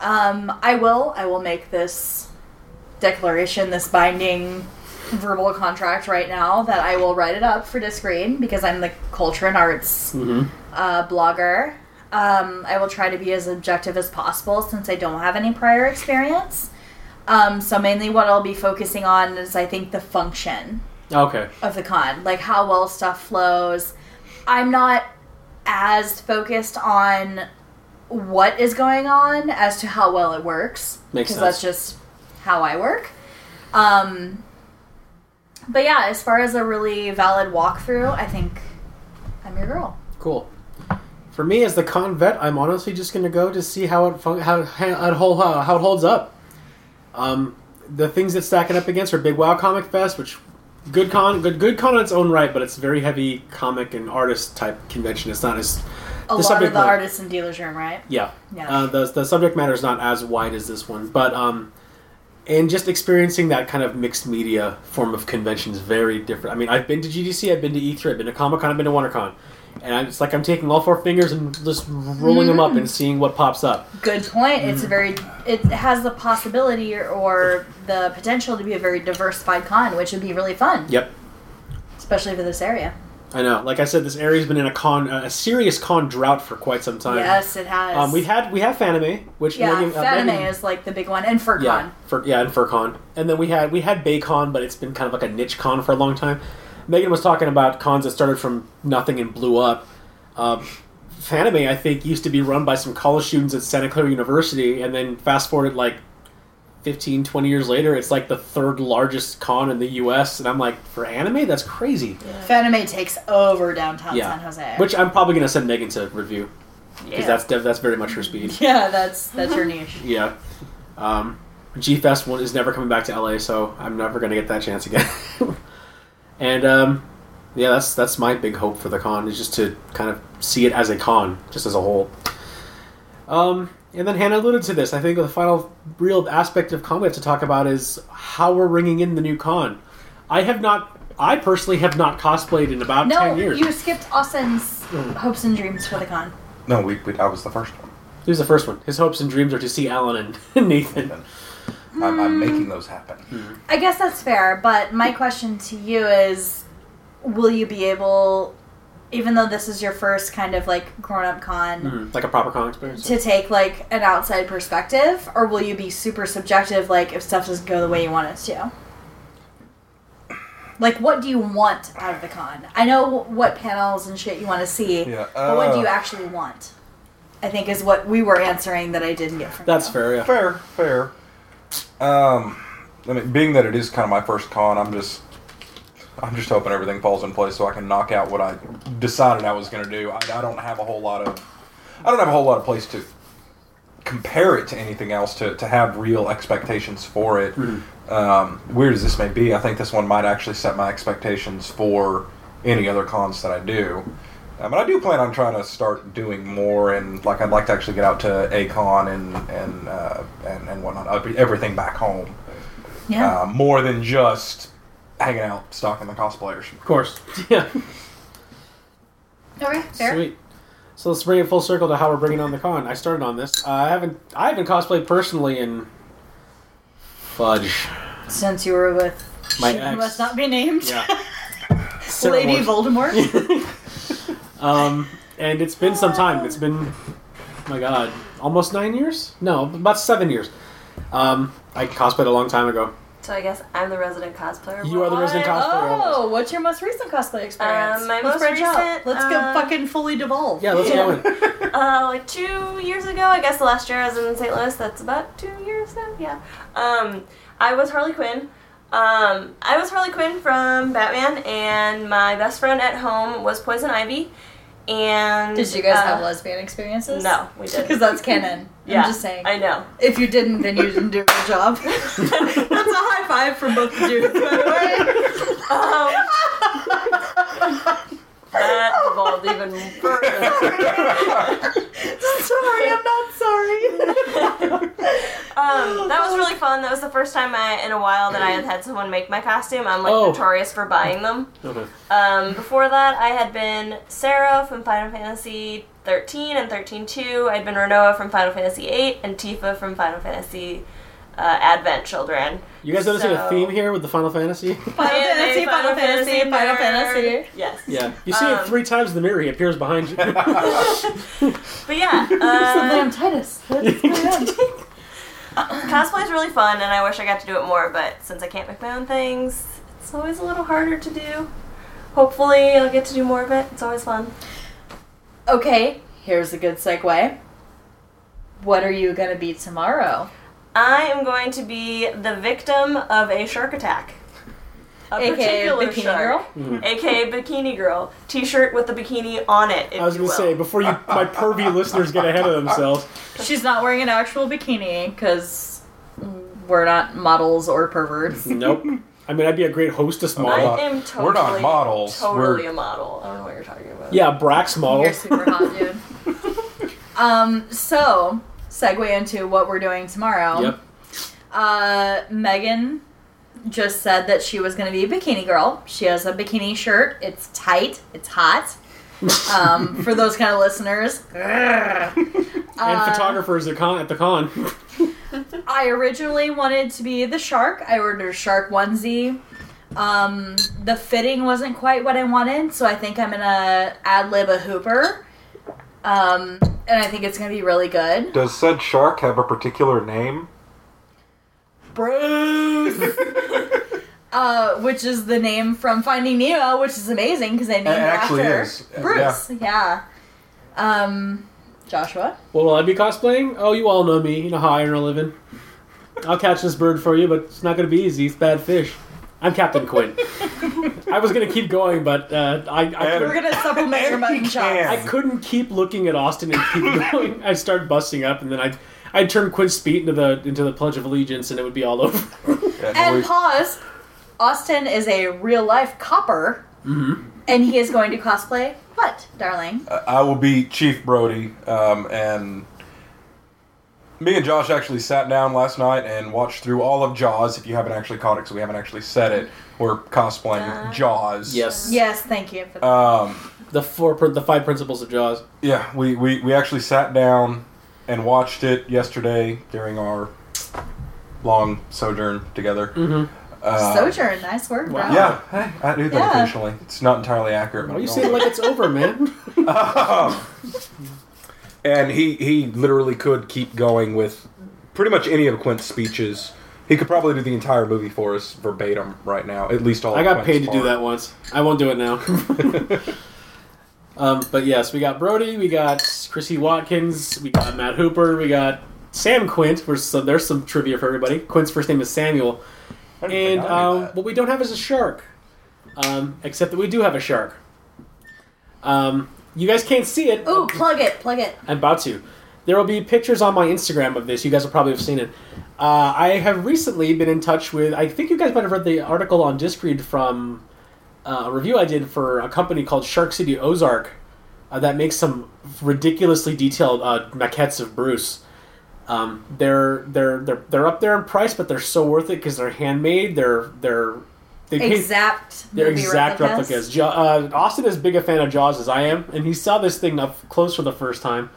Speaker 4: Um, I will. I will make this declaration, this binding verbal contract right now that I will write it up for Discreen because I'm the culture and arts uh, blogger. Um, I will try to be as objective as possible since I don't have any prior experience. Um, so mainly what I'll be focusing on is I think the function
Speaker 2: Okay.
Speaker 4: of the con, like how well stuff flows. I'm not as focused on what is going on as to how well it works.
Speaker 2: Makes
Speaker 4: because that's just how I work. Um, but yeah, as far as a really valid walkthrough, I think I'm your girl.
Speaker 2: Cool. For me, as the con vet, I'm honestly just going to go to see how it fun- how how it, hol- uh, how it holds up. Um, the things that stack it up against are Big Wow Comic Fest, which good con good good con in its own right, but it's very heavy comic and artist type convention. It's not as
Speaker 4: A lot of the artists in dealer's room, right?
Speaker 2: Yeah.
Speaker 4: Yeah.
Speaker 2: Uh, the, the subject matter is not as wide as this one, but um, and just experiencing that kind of mixed media form of convention is very different. I mean, I've been to GDC, I've been to E3, I've been to Comic Con, I've been to WonderCon, and I, it's like I'm taking all four fingers and just rolling them up
Speaker 4: Mm.
Speaker 2: and seeing what pops up.
Speaker 4: Good point. It's
Speaker 2: Mm-hmm.
Speaker 4: a very it has the possibility or, or the potential to be a very diversified con, which would be really fun,
Speaker 2: Yep.
Speaker 4: especially for this area.
Speaker 2: I know. Like I said, this area's been in a con, a serious con drought for quite some time.
Speaker 4: Yes, it has.
Speaker 2: Um, we've had we have Fanime, which
Speaker 4: yeah,
Speaker 2: Megan- uh,
Speaker 4: Fanime
Speaker 2: Megan-
Speaker 4: is like the big one, and FurCon.
Speaker 2: Yeah, for yeah, and FurCon, and then we had we had BayCon, but it's been kind of like a niche con for a long time. Megan was talking about cons that started from nothing and blew up. Um, Fanime, I think, used to be run by some college students at Santa Clara University, and then fast forwarded like 15, 20 years later, it's like the third largest con in the U.S. And I'm like, for anime, that's crazy.
Speaker 4: Fanime takes over downtown
Speaker 2: Yeah.
Speaker 4: San Jose.
Speaker 2: Which I'm probably gonna send Megan to review because
Speaker 5: Yeah.
Speaker 2: that's def- that's very much her
Speaker 4: (laughs)
Speaker 2: speed.
Speaker 4: yeah, that's that's your (laughs) niche.
Speaker 2: Yeah. Um, G Fest one is never coming back to LA, so I'm never gonna get that chance again. (laughs) and um, yeah, that's that's my big hope for the con is just to kind of see it as a con, just as a whole. Um, and then Hannah alluded to this. I think the final real aspect of con we have to talk about is how we're ringing in the new con. I have not. I personally have not cosplayed in about
Speaker 4: No,
Speaker 2: ten years.
Speaker 4: you skipped Austin's hopes and dreams for the con.
Speaker 11: No, we, we, I was the first one.
Speaker 2: Who's the first one? His hopes and dreams are to see Alan and (laughs) Nathan.
Speaker 11: I'm, I'm making those happen.
Speaker 4: I guess that's fair, but my question to you is will you be able even though this is your first kind of like grown-up con
Speaker 2: Mm, Like a proper con experience.
Speaker 4: to take like an outside perspective or will you be super subjective like if stuff doesn't go the way you want it to like what do you want out of the con i know wh- what panels and shit you want to see
Speaker 11: Yeah,
Speaker 4: but what do
Speaker 11: uh,
Speaker 4: you actually want i think is what we were answering that i didn't get from
Speaker 2: That's
Speaker 4: you.
Speaker 2: fair. Yeah.
Speaker 11: Fair, fair. Um, I mean, being that it is kind of my first con, I'm just, I'm just hoping everything falls in place so I can knock out what I decided I was going to do. I, I don't have a whole lot of, I don't have a whole lot of place to compare it to anything else to, to have real expectations for it. Um, weird as this may be, I think this one might actually set my expectations for any other cons that I do. Um, but I do plan on trying to start doing more, and like I'd like to actually get out to Acon and and uh, and, and whatnot, I'll be- everything back home,
Speaker 4: yeah
Speaker 11: uh, more than just hanging out, stalking the cosplayers.
Speaker 2: Of course. (laughs) Yeah.
Speaker 4: okay fair
Speaker 2: Sweet. So let's bring it full circle to how we're bringing on the con. I started on this. Uh, I haven't. I haven't cosplayed personally in. Fudge.
Speaker 4: since you were with
Speaker 2: My
Speaker 4: she
Speaker 2: ex.
Speaker 4: must not
Speaker 2: (laughs)
Speaker 4: be named (laughs)
Speaker 2: Yeah.
Speaker 4: lady
Speaker 2: (laughs)
Speaker 4: voldemort
Speaker 2: um, and it's been some time. It's been, my God, almost nine years. No, about seven years. Um, I cosplayed a long time ago.
Speaker 5: So I guess I'm the resident cosplayer.
Speaker 2: You are the resident
Speaker 5: What?
Speaker 2: cosplayer. almost.
Speaker 4: Oh, what's your most recent cosplay experience?
Speaker 5: Um, my
Speaker 4: Let's
Speaker 5: most
Speaker 4: branch out.
Speaker 5: recent,
Speaker 4: Let's go
Speaker 5: um,
Speaker 4: fucking fully devolve.
Speaker 2: Yeah, let's go in.
Speaker 5: Uh, like two years ago, I guess the last year I was in St. Louis. That's about two years now. Yeah. Um, I was Harley Quinn. Um, I was Harley Quinn from Batman, and my best friend at home was Poison Ivy. And
Speaker 4: Did you guys
Speaker 5: uh,
Speaker 4: have lesbian experiences?
Speaker 5: No,
Speaker 4: (laughs)
Speaker 5: we didn't.
Speaker 4: because that's canon.
Speaker 5: (laughs) yeah,
Speaker 4: I'm just saying.
Speaker 5: I know. (laughs)
Speaker 4: if you didn't, then you didn't do a good job. that's a high five from both the dudes, by the way. (laughs)
Speaker 5: Um, that evolved even further.
Speaker 4: sorry, I'm not
Speaker 5: (laughs)
Speaker 4: sorry.
Speaker 5: Um, that was really fun. That was the first time I, in a while that I had had someone make my costume. I'm like
Speaker 2: Oh.
Speaker 5: notorious for buying them.
Speaker 2: Okay.
Speaker 5: Um, before that, I had been Sarah from Final Fantasy 13 and 13 2. I'd been Renoa from Final Fantasy 8 and Tifa from Final Fantasy uh, Advent children.
Speaker 2: You guys noticing a
Speaker 5: So-
Speaker 2: theme here with the
Speaker 4: (laughs)
Speaker 2: Final Fantasy?
Speaker 5: Final
Speaker 4: Fantasy, Final Fantasy, Final Fantasy.
Speaker 5: Yes.
Speaker 2: You see it
Speaker 5: Um,
Speaker 2: three times in the mirror. He appears behind
Speaker 4: (laughs)
Speaker 2: you.
Speaker 5: But yeah,
Speaker 4: Damn (laughs)
Speaker 5: uh,
Speaker 4: Titus.
Speaker 5: (laughs)
Speaker 4: What's going on?
Speaker 5: cosplay is really fun, and I wish I got to do it more. But since I can't make my own things, it's always a little harder to do. Hopefully, I'll get to do more of it. It's always fun.
Speaker 4: Okay, here's a good segue. What are you gonna be tomorrow?
Speaker 5: I am going to be the victim of a shark attack. A
Speaker 4: AKA
Speaker 5: particular
Speaker 4: Bikini
Speaker 5: shark. AKA Bikini Girl. T shirt with the bikini on it. If
Speaker 2: I was
Speaker 5: you
Speaker 2: going to say
Speaker 5: will.
Speaker 2: before you, my pervy listeners get ahead of themselves.
Speaker 4: She's not wearing an actual bikini because we're not models or perverts.
Speaker 2: Nope. I mean, I'd be a great hostess model.
Speaker 5: I am totally
Speaker 11: We're not models.
Speaker 5: Totally
Speaker 11: We're-
Speaker 5: a model. I don't know what you're talking about.
Speaker 2: Yeah, Brax model.
Speaker 4: You're super hot, dude. um, so segue into what we're doing tomorrow.
Speaker 2: Yep.
Speaker 4: Uh, Megan just said that she was going to be a bikini girl. She has a bikini shirt. It's tight. It's hot. Um, for those kind of listeners,
Speaker 2: And
Speaker 4: Uh,
Speaker 2: photographers at, con- at the con.
Speaker 4: I originally wanted to be the shark. I ordered a shark onesie. Um, the fitting wasn't quite what I wanted, so I think I'm gonna ad lib a hooper. Um, and I think it's gonna be really
Speaker 11: (laughs)
Speaker 4: good.
Speaker 11: Does said shark have a particular name?
Speaker 2: Bruce!
Speaker 4: (laughs) Uh, which is the name from Finding Nemo, which is amazing because they named it
Speaker 11: actually
Speaker 4: after
Speaker 11: is, uh,
Speaker 4: Bruce. Yeah. Um, Joshua.
Speaker 2: What will I be cosplaying? Oh, you all know me. You know how I earn a living. I'll catch this bird for you, but it's not going to be easy. It's bad fish. I'm
Speaker 4: (laughs)
Speaker 2: Captain Quinn. I was going to keep going, but uh, I, I,
Speaker 11: And-
Speaker 4: We're
Speaker 2: couldn't, (laughs)
Speaker 4: gonna supplement your mutton
Speaker 11: He
Speaker 4: chops.
Speaker 11: can.
Speaker 2: I couldn't keep looking at Austin and keep (laughs) going. I'd start busting up, and then I'd, I'd turn Quinn's feet into the, into the Pledge of Allegiance, and it would be all over.
Speaker 4: And pause. Austin is a real life copper,
Speaker 11: Mm-hmm.
Speaker 4: and he is going to cosplay what, darling?
Speaker 11: I will be Chief Brody, um, and me and Josh actually sat down last night and watched through all of Jaws. If you haven't actually caught it, because we haven't actually said it, we're cosplaying Jaws.
Speaker 4: yes, thank you. For that.
Speaker 11: Um,
Speaker 2: The four, prin- the five principles of Jaws.
Speaker 11: yeah, we, we, we actually sat down and watched it yesterday during our long sojourn together.
Speaker 2: Mhm.
Speaker 11: Uh,
Speaker 4: Sojourn, nice word, bro.
Speaker 2: Wow.
Speaker 11: Yeah, hey, I do that
Speaker 4: Yeah.
Speaker 11: occasionally. It's not entirely accurate.
Speaker 2: Why
Speaker 11: but
Speaker 2: Oh, you
Speaker 11: I
Speaker 2: say it like it's over, man?
Speaker 11: (laughs)
Speaker 3: And he he literally could keep going with pretty much any of Quint's speeches. He could probably do the entire movie for us verbatim right now, at least all.
Speaker 2: I
Speaker 3: of
Speaker 2: got paid
Speaker 3: Quint's
Speaker 2: to do
Speaker 3: part.
Speaker 2: that once. I won't do it now.
Speaker 11: (laughs)
Speaker 2: um, but yes, we got Brody, we got Chrissy Watkins, we got Matt Hooper, we got Sam Quint. We're so, there's some trivia for everybody. Quint's first name is Samuel,
Speaker 11: don't think
Speaker 2: and
Speaker 11: I knew
Speaker 2: um,
Speaker 11: that.
Speaker 2: what we don't have is a shark. Um, except that we do have a shark. Um, you guys can't see it.
Speaker 4: Ooh, plug it, plug it.
Speaker 2: I'm about to. There will be pictures on my Instagram of this. You guys will probably have seen it. Uh, I have recently been in touch with. I think you guys might have read the article on Discreed from uh, a review I did for a company called Shark City Ozark uh, that makes some ridiculously detailed uh, maquettes of Bruce. Um, they're they're they're they're up there in price, but they're so worth it because they're handmade. They're they're they pay-
Speaker 4: Exact.
Speaker 2: they're
Speaker 4: movie
Speaker 2: exact replicas. Jo- uh, Austin is big a fan of Jaws as I am, and he saw this thing up close for the first time.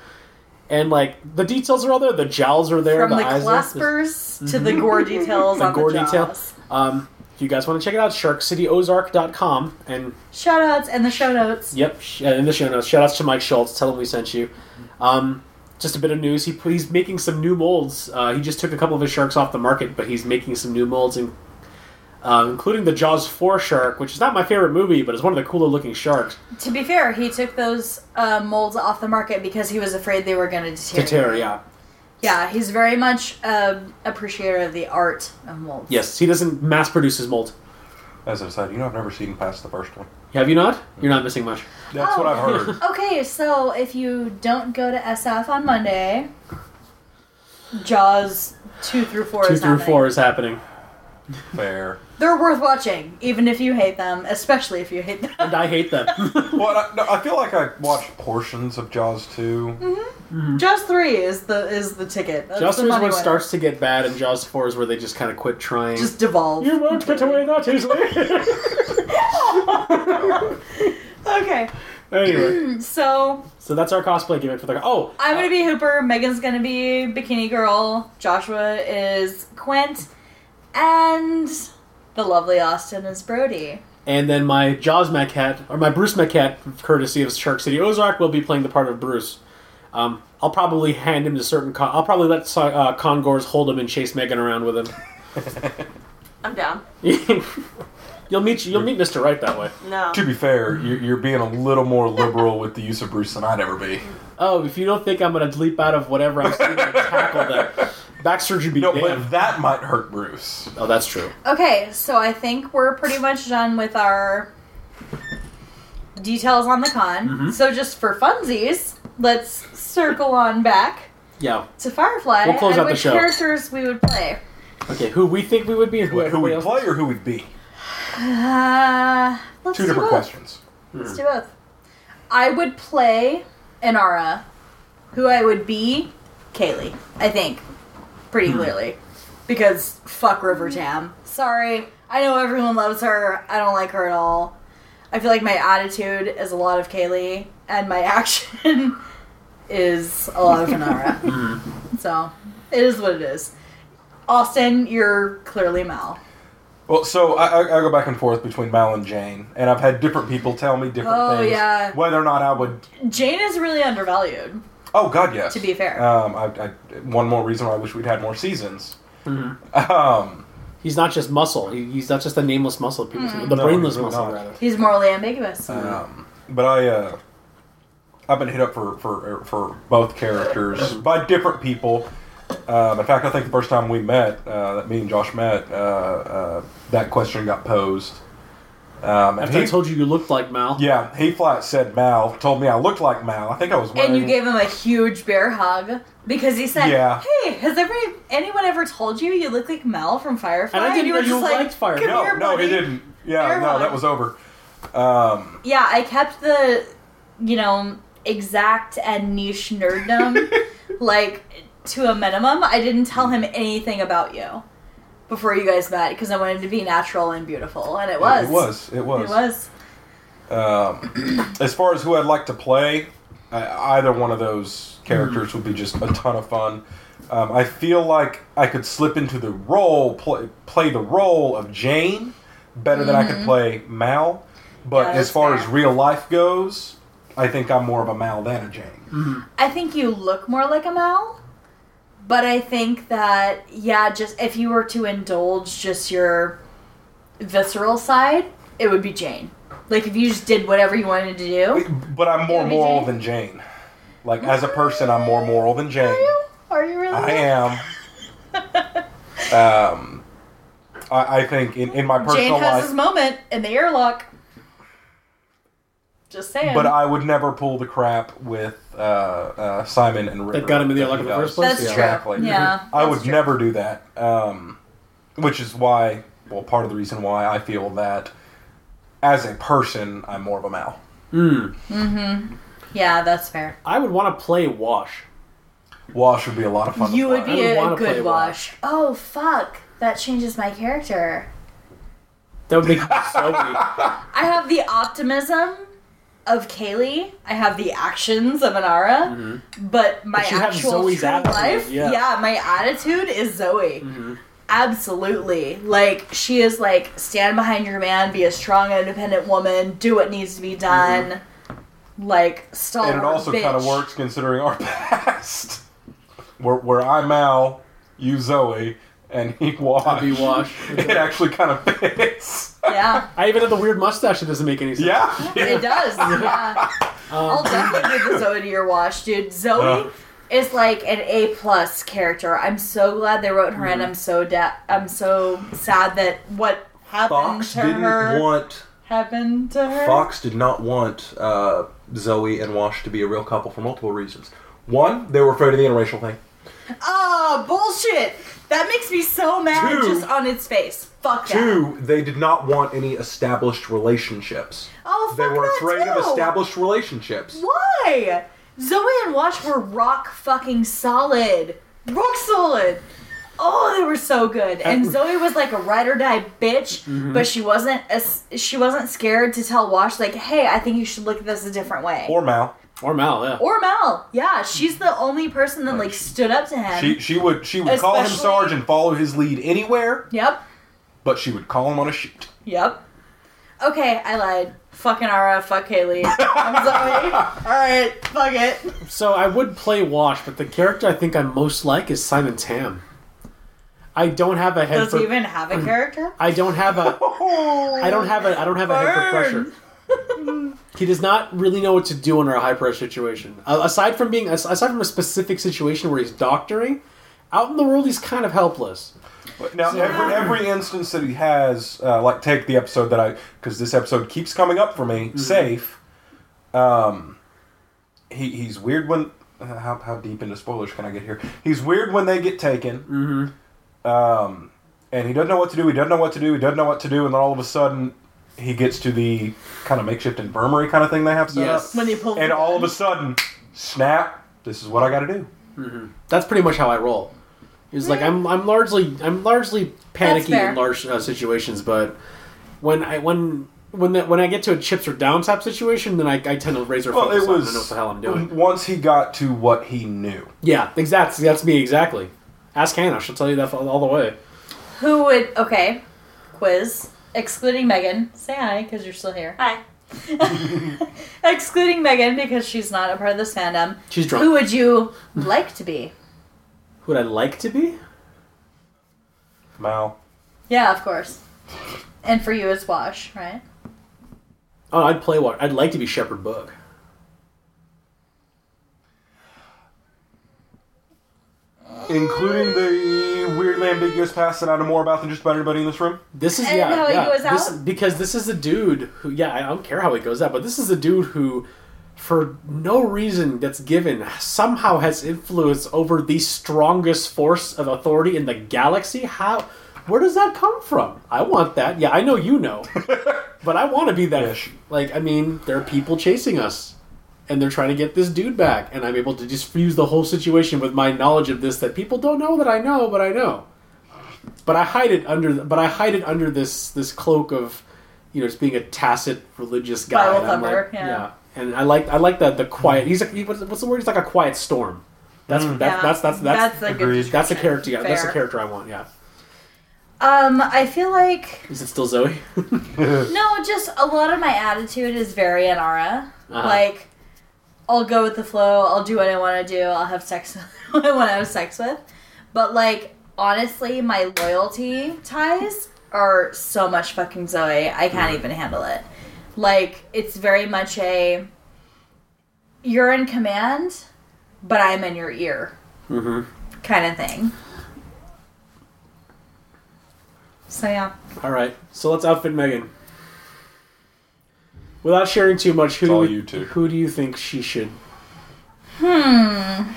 Speaker 2: And like the details are all there. The jowls are there.
Speaker 4: From the
Speaker 2: eyes are there.
Speaker 4: claspers to
Speaker 2: (laughs)
Speaker 4: the gore details
Speaker 2: The
Speaker 4: on
Speaker 2: gore
Speaker 4: the jaws.
Speaker 2: detail. Um, if you guys want to check it out, sharkcityozark.com. And
Speaker 4: Shout outs and the show notes.
Speaker 2: yep, sh- uh, in the show notes, shout outs to Mike Schultz. Tell him we sent you. Um, just a bit of news. He, he's making some new molds. Uh, he just took a couple of his sharks off the market, but he's making some new molds, in, uh, including the Jaws 4 shark, which is not my favorite movie, but it's one of the cooler looking sharks.
Speaker 4: To be fair, he took those uh, molds off the market because he was afraid they were going to
Speaker 2: To
Speaker 4: deteriorate.
Speaker 2: tear, yeah.
Speaker 4: Yeah, he's very much um, appreciator of the art of molds.
Speaker 2: Yes, he doesn't mass produce his mold.
Speaker 11: As I said, you know, I've never seen past the first one.
Speaker 4: Oh.
Speaker 2: Have you not? You're not missing much.
Speaker 11: That's what I've heard.
Speaker 4: Okay, so if you don't go to SF on Monday, Jaws two through four
Speaker 2: Two
Speaker 4: is
Speaker 2: through
Speaker 4: happening.
Speaker 2: four is happening,
Speaker 11: Fair.
Speaker 4: They're worth watching, even if you hate them, especially if you hate them.
Speaker 2: and I hate
Speaker 4: (laughs)
Speaker 2: them.
Speaker 11: Well, I, no, I feel like I watched portions of Jaws 2.
Speaker 4: Jaws three is the is the ticket. That's
Speaker 2: (laughs) Jaws
Speaker 4: the
Speaker 2: three is
Speaker 4: money
Speaker 2: when it
Speaker 4: winner.
Speaker 2: starts to get bad, and Jaws four is where they just kind of quit trying.
Speaker 4: just devolve.
Speaker 2: you won't get away that easily.
Speaker 4: okay.
Speaker 2: (laughs) Anyway,
Speaker 4: So
Speaker 2: so that's our cosplay gimmick for the. Oh,
Speaker 4: I'm gonna be Hooper. Megan's gonna be Bikini Girl. Joshua is Quint, and the lovely Austin is Brody.
Speaker 2: and then my Jaws Macat or my Bruce Macat, courtesy of Shark City Ozark, will be playing the part of Bruce. Um, I'll probably hand him to certain. Con- I'll probably let so- uh, Congors hold him and chase Megan around with
Speaker 5: I'm down.
Speaker 2: him. (laughs) you'll meet you'll meet Mister Right that way.
Speaker 5: No.
Speaker 3: To be fair, you're, you're being a little more liberal with the use of Bruce than I'd ever be.
Speaker 2: Oh, if you don't think I'm gonna leap out of whatever I'm seeing and tackle that back surgery be
Speaker 3: No,
Speaker 2: damned.
Speaker 3: but that might hurt Bruce.
Speaker 2: Oh, that's true.
Speaker 4: Okay, so I think we're pretty much done with our details on the con.
Speaker 2: Mm-hmm.
Speaker 4: So just for funsies, let's circle on back
Speaker 2: Yeah.
Speaker 4: to Firefly
Speaker 2: We'll close
Speaker 4: and
Speaker 2: out the
Speaker 4: which
Speaker 2: show.
Speaker 4: characters we would play.
Speaker 2: Okay, who we think we would be and who,
Speaker 3: Who, who
Speaker 2: everybody
Speaker 3: we
Speaker 2: else-
Speaker 3: play or who we'd be?
Speaker 4: Uh, let's
Speaker 3: Two
Speaker 4: do both.
Speaker 3: different questions.
Speaker 4: Let's do both. I would play Inara. Who I would be, Kaylee. I think, pretty clearly, because fuck River Tam. Sorry, I know everyone loves her. I don't like her at all. I feel like my attitude is a lot of Kaylee, and my (laughs) action is a lot of Inara. so it is what it is. Austin, you're clearly Mal.
Speaker 3: Well, so I, I, I go back and forth between Mal and Jane, and I've had different people tell me different
Speaker 4: Oh,
Speaker 3: things.
Speaker 4: yeah.
Speaker 3: Whether or not I would.
Speaker 4: Jane is really undervalued.
Speaker 3: Oh, God, yes.
Speaker 4: To be fair.
Speaker 3: Um, I, I, one more reason why I wish we'd had more seasons. Um,
Speaker 2: He's not just muscle. He, he's not just the nameless muscle. People,
Speaker 4: Mm-hmm.
Speaker 2: say. the
Speaker 3: No,
Speaker 2: brainless
Speaker 3: he's really
Speaker 2: muscle,
Speaker 3: not.
Speaker 2: rather.
Speaker 4: He's morally ambiguous.
Speaker 3: Um, but I, uh, I've been hit up for for for both characters by different people. Um, in fact, I think the first time we met, uh, that me and Josh met, uh, uh, that question got posed. Um, and
Speaker 2: After I
Speaker 3: he,
Speaker 2: told you you looked like Mal.
Speaker 3: yeah, he flat said Mal told me I looked like Mal. I think I was. Wearing,
Speaker 4: And you gave him a huge bear hug because he said,
Speaker 3: Yeah.
Speaker 4: "Hey, has ever anyone ever told you you look like Mel from Firefly?"
Speaker 2: And I didn't
Speaker 4: you
Speaker 2: know you liked Firefly.
Speaker 4: "Come
Speaker 3: No,
Speaker 4: here,
Speaker 3: no, he
Speaker 4: buddy."
Speaker 3: didn't. Yeah,
Speaker 4: Bear
Speaker 3: no,
Speaker 4: hug.
Speaker 3: that was over. Um,
Speaker 4: Yeah, I kept the, you know, exact and niche
Speaker 3: (laughs)
Speaker 4: nerddom like to a minimum. I didn't tell him anything about you before you guys met because I wanted to be natural and beautiful, and it was.
Speaker 3: It was. It
Speaker 4: It
Speaker 3: was.
Speaker 4: was.
Speaker 3: Um, (clears throat) as far as who I'd like to play, I, either one of those characters would be just a ton of fun. Um, I feel like I could slip into the role, play, play the role of Jane better than I could play Mal. But
Speaker 4: Mm-hmm. Yeah,
Speaker 3: as
Speaker 4: that's
Speaker 3: far
Speaker 4: fair.
Speaker 3: as real life goes, I think I'm more of a Mal than a Jane.
Speaker 4: I think you look more like a Mel, but I think that yeah, just if you were to indulge just your visceral side, it would be Jane. Like if you just did whatever you wanted to do.
Speaker 3: But I'm more
Speaker 4: You'll be
Speaker 3: moral
Speaker 4: Jane?
Speaker 3: than Jane. Like as a person, I'm more moral than Jane.
Speaker 4: Are you really?
Speaker 3: I
Speaker 4: (laughs)
Speaker 3: am. um, I, I think in, in my personal
Speaker 4: Jane has
Speaker 3: life,
Speaker 4: this moment in the airlock. Just saying.
Speaker 3: But I would never pull the crap with uh, uh, Simon and River.
Speaker 2: That got him in the
Speaker 3: that
Speaker 2: airlock
Speaker 3: he
Speaker 2: in the
Speaker 3: does.
Speaker 2: first place?
Speaker 4: That's true.
Speaker 3: Exactly.
Speaker 4: Yeah,
Speaker 3: I
Speaker 4: that's
Speaker 3: would
Speaker 4: true.
Speaker 3: never do that. Um, which is why, well, part of the reason why I feel that as a person, I'm more of a Mal.
Speaker 4: yeah, that's fair.
Speaker 2: hmm, I would want to play Wash.
Speaker 3: Wash would be a lot of fun. to
Speaker 4: You would
Speaker 3: play.
Speaker 4: be
Speaker 2: I would
Speaker 4: a
Speaker 2: wanna play
Speaker 4: good
Speaker 2: Wash.
Speaker 4: wash. Oh fuck. That changes my character.
Speaker 2: That would make me
Speaker 3: (laughs)
Speaker 2: so weak.
Speaker 4: I have the optimism of Kaylee. I have the actions of Anara, but my
Speaker 2: Mm-hmm. But you have
Speaker 4: actual
Speaker 2: Zoe's
Speaker 4: true
Speaker 2: attitude,
Speaker 4: life,
Speaker 2: yeah. Mm-hmm.
Speaker 4: my attitude is Zoe. Absolutely, like she is like stand behind your man, be a strong, independent woman, do what needs to be done,
Speaker 2: Mm-hmm.
Speaker 4: like stalwart.
Speaker 3: And it also
Speaker 4: bitch.
Speaker 3: kind of works considering our (laughs) past. where, where I'm Mal, you Zoe, and he Wash.
Speaker 2: I'd be Wash.
Speaker 3: (laughs) It actually kind of fits. (laughs)
Speaker 4: Yeah,
Speaker 2: I even have the weird mustache that doesn't make any sense. Um,
Speaker 3: yeah. yeah.
Speaker 4: it does. Yeah, I'll definitely give the Zoe to your wash, dude. Zoe.
Speaker 3: Uh.
Speaker 4: is like an A plus character. I'm so glad they wrote her,
Speaker 12: Mm-hmm.
Speaker 4: and I'm so da- I'm so sad that what happened
Speaker 12: Fox
Speaker 4: to
Speaker 12: didn't
Speaker 4: her
Speaker 12: want
Speaker 4: happened to her.
Speaker 12: Fox did not want uh, Zoe and Wash to be a real couple for multiple reasons. One, they were afraid of the interracial thing.
Speaker 4: Oh bullshit! That makes me so mad
Speaker 12: Two.
Speaker 4: just on its face. Fuck that.
Speaker 12: Two, they did not want any established relationships.
Speaker 4: Oh,
Speaker 12: They
Speaker 4: fuck
Speaker 12: were
Speaker 4: that
Speaker 12: afraid of
Speaker 4: too.
Speaker 12: established relationships.
Speaker 4: Why? Zoe and Wash were rock fucking solid. Rock solid. oh, they were so good. And Zoe was Mm-hmm. like a ride or die bitch, but she wasn't as she wasn't scared to tell Wash like, hey, I think you should look at this a different way. Or,
Speaker 3: Or Mal.
Speaker 2: Or Mal, yeah.
Speaker 4: Mel, yeah, she's the only person that like stood up to him.
Speaker 3: She she would she would call him
Speaker 4: Especially-
Speaker 3: Sarge and follow his lead anywhere,
Speaker 4: yep,
Speaker 3: but she would call him on a shoot.
Speaker 4: yep. Okay, I lied. Fucking Ara, fuck Haley. I'm Zoe. (laughs) All right, fuck it.
Speaker 2: So I would play Wash, but the character I think I most like is Simon Tam. I don't have a head
Speaker 4: Does
Speaker 2: for
Speaker 4: he even have a character?
Speaker 2: I don't have a I don't have a I don't have a head for pressure. He does not really know what to do under a high pressure situation. A- aside from being as- aside from a specific situation where he's doctoring, out in the world he's kind of helpless.
Speaker 3: Now, every, every instance that he has, uh, like take the episode that I, because this episode keeps coming up for me, safe. Um, he, he's weird when. uh, How, how deep into spoilers can I get here? He's weird when they get taken. Mm-hmm. Um, and he doesn't know what to do. He doesn't know what to do. He doesn't know what to do. And then all of a sudden, he gets to the kind of makeshift infirmary kind of thing they have set
Speaker 2: Yes.
Speaker 3: up.
Speaker 4: When they pulled
Speaker 3: And all of a sudden, snap! This is what I got to do.
Speaker 2: That's pretty much how I roll. It's like I'm I'm largely I'm largely panicky
Speaker 4: fair.
Speaker 2: in large uh, situations, but when I when when that when I get to a chips or down type situation, then I, I tend to razor
Speaker 3: Well,
Speaker 2: focus
Speaker 3: it
Speaker 2: on
Speaker 3: was
Speaker 2: I know what the hell I'm doing.
Speaker 3: Once he got to what he knew.
Speaker 2: Yeah, exactly. That's me exactly. Ask Hannah; she'll tell you that all, all the way.
Speaker 4: Who would? Okay, quiz. Excluding Megan, say hi because you're still here.
Speaker 2: (laughs)
Speaker 13: Hi.
Speaker 4: Excluding Megan because she's not a part of this fandom.
Speaker 2: She's drunk.
Speaker 4: Who would you like to be?
Speaker 2: Who would I like to be?
Speaker 3: Mal.
Speaker 4: Yeah, of course. And for you, it's Wash, right?
Speaker 2: Oh, I'd play what? I'd like to be Shepherd Book.
Speaker 3: including the weirdly ambiguous past that I know more about than just about anybody in this (laughs) room.
Speaker 2: This is
Speaker 4: And
Speaker 2: yeah,
Speaker 4: how he
Speaker 2: yeah.
Speaker 4: goes
Speaker 2: This-
Speaker 4: out?
Speaker 2: because this is the dude who yeah I don't care how he goes out, but this is the dude who, for no reason that's given, somehow has influence over the strongest force of authority in the galaxy. How? Where does that come from? I want that. Yeah, I know you know, but I want to be that.
Speaker 3: Ish.
Speaker 2: Like I mean, there are people chasing us. And they're trying to get this dude back, and I'm able to diffuse the whole situation with my knowledge of this that people don't know that I know, but I know but I hide it under but I hide it under this this cloak of you know just being a tacit religious guy.
Speaker 4: Bible
Speaker 2: And I'm
Speaker 4: thumper,
Speaker 2: like-
Speaker 4: yeah. Yeah.
Speaker 2: that's that's that's
Speaker 4: a good.
Speaker 3: agreed.
Speaker 2: that's a
Speaker 4: description.
Speaker 2: character. Yeah, that's a
Speaker 4: Fair.
Speaker 2: character I want. Yeah,
Speaker 4: Um, I feel like
Speaker 2: is it still Zoe?
Speaker 4: no, just a lot of my attitude is very Anara.
Speaker 2: Uh-huh.
Speaker 4: Like, I'll go with the flow. I'll do what I want to do. I'll have sex (laughs) with who I want to have sex with. But like, honestly, my loyalty ties are so much fucking Zoe. I can't even handle it. Like, it's very much a you're in command, but I'm in your ear
Speaker 2: Mm-hmm.
Speaker 4: kind of thing. So yeah.
Speaker 2: All right, so let's outfit Megan. Without sharing too much, who
Speaker 3: It's
Speaker 2: do
Speaker 3: all
Speaker 2: we-
Speaker 3: you two.
Speaker 2: who do you think she should?
Speaker 4: Hmm. Let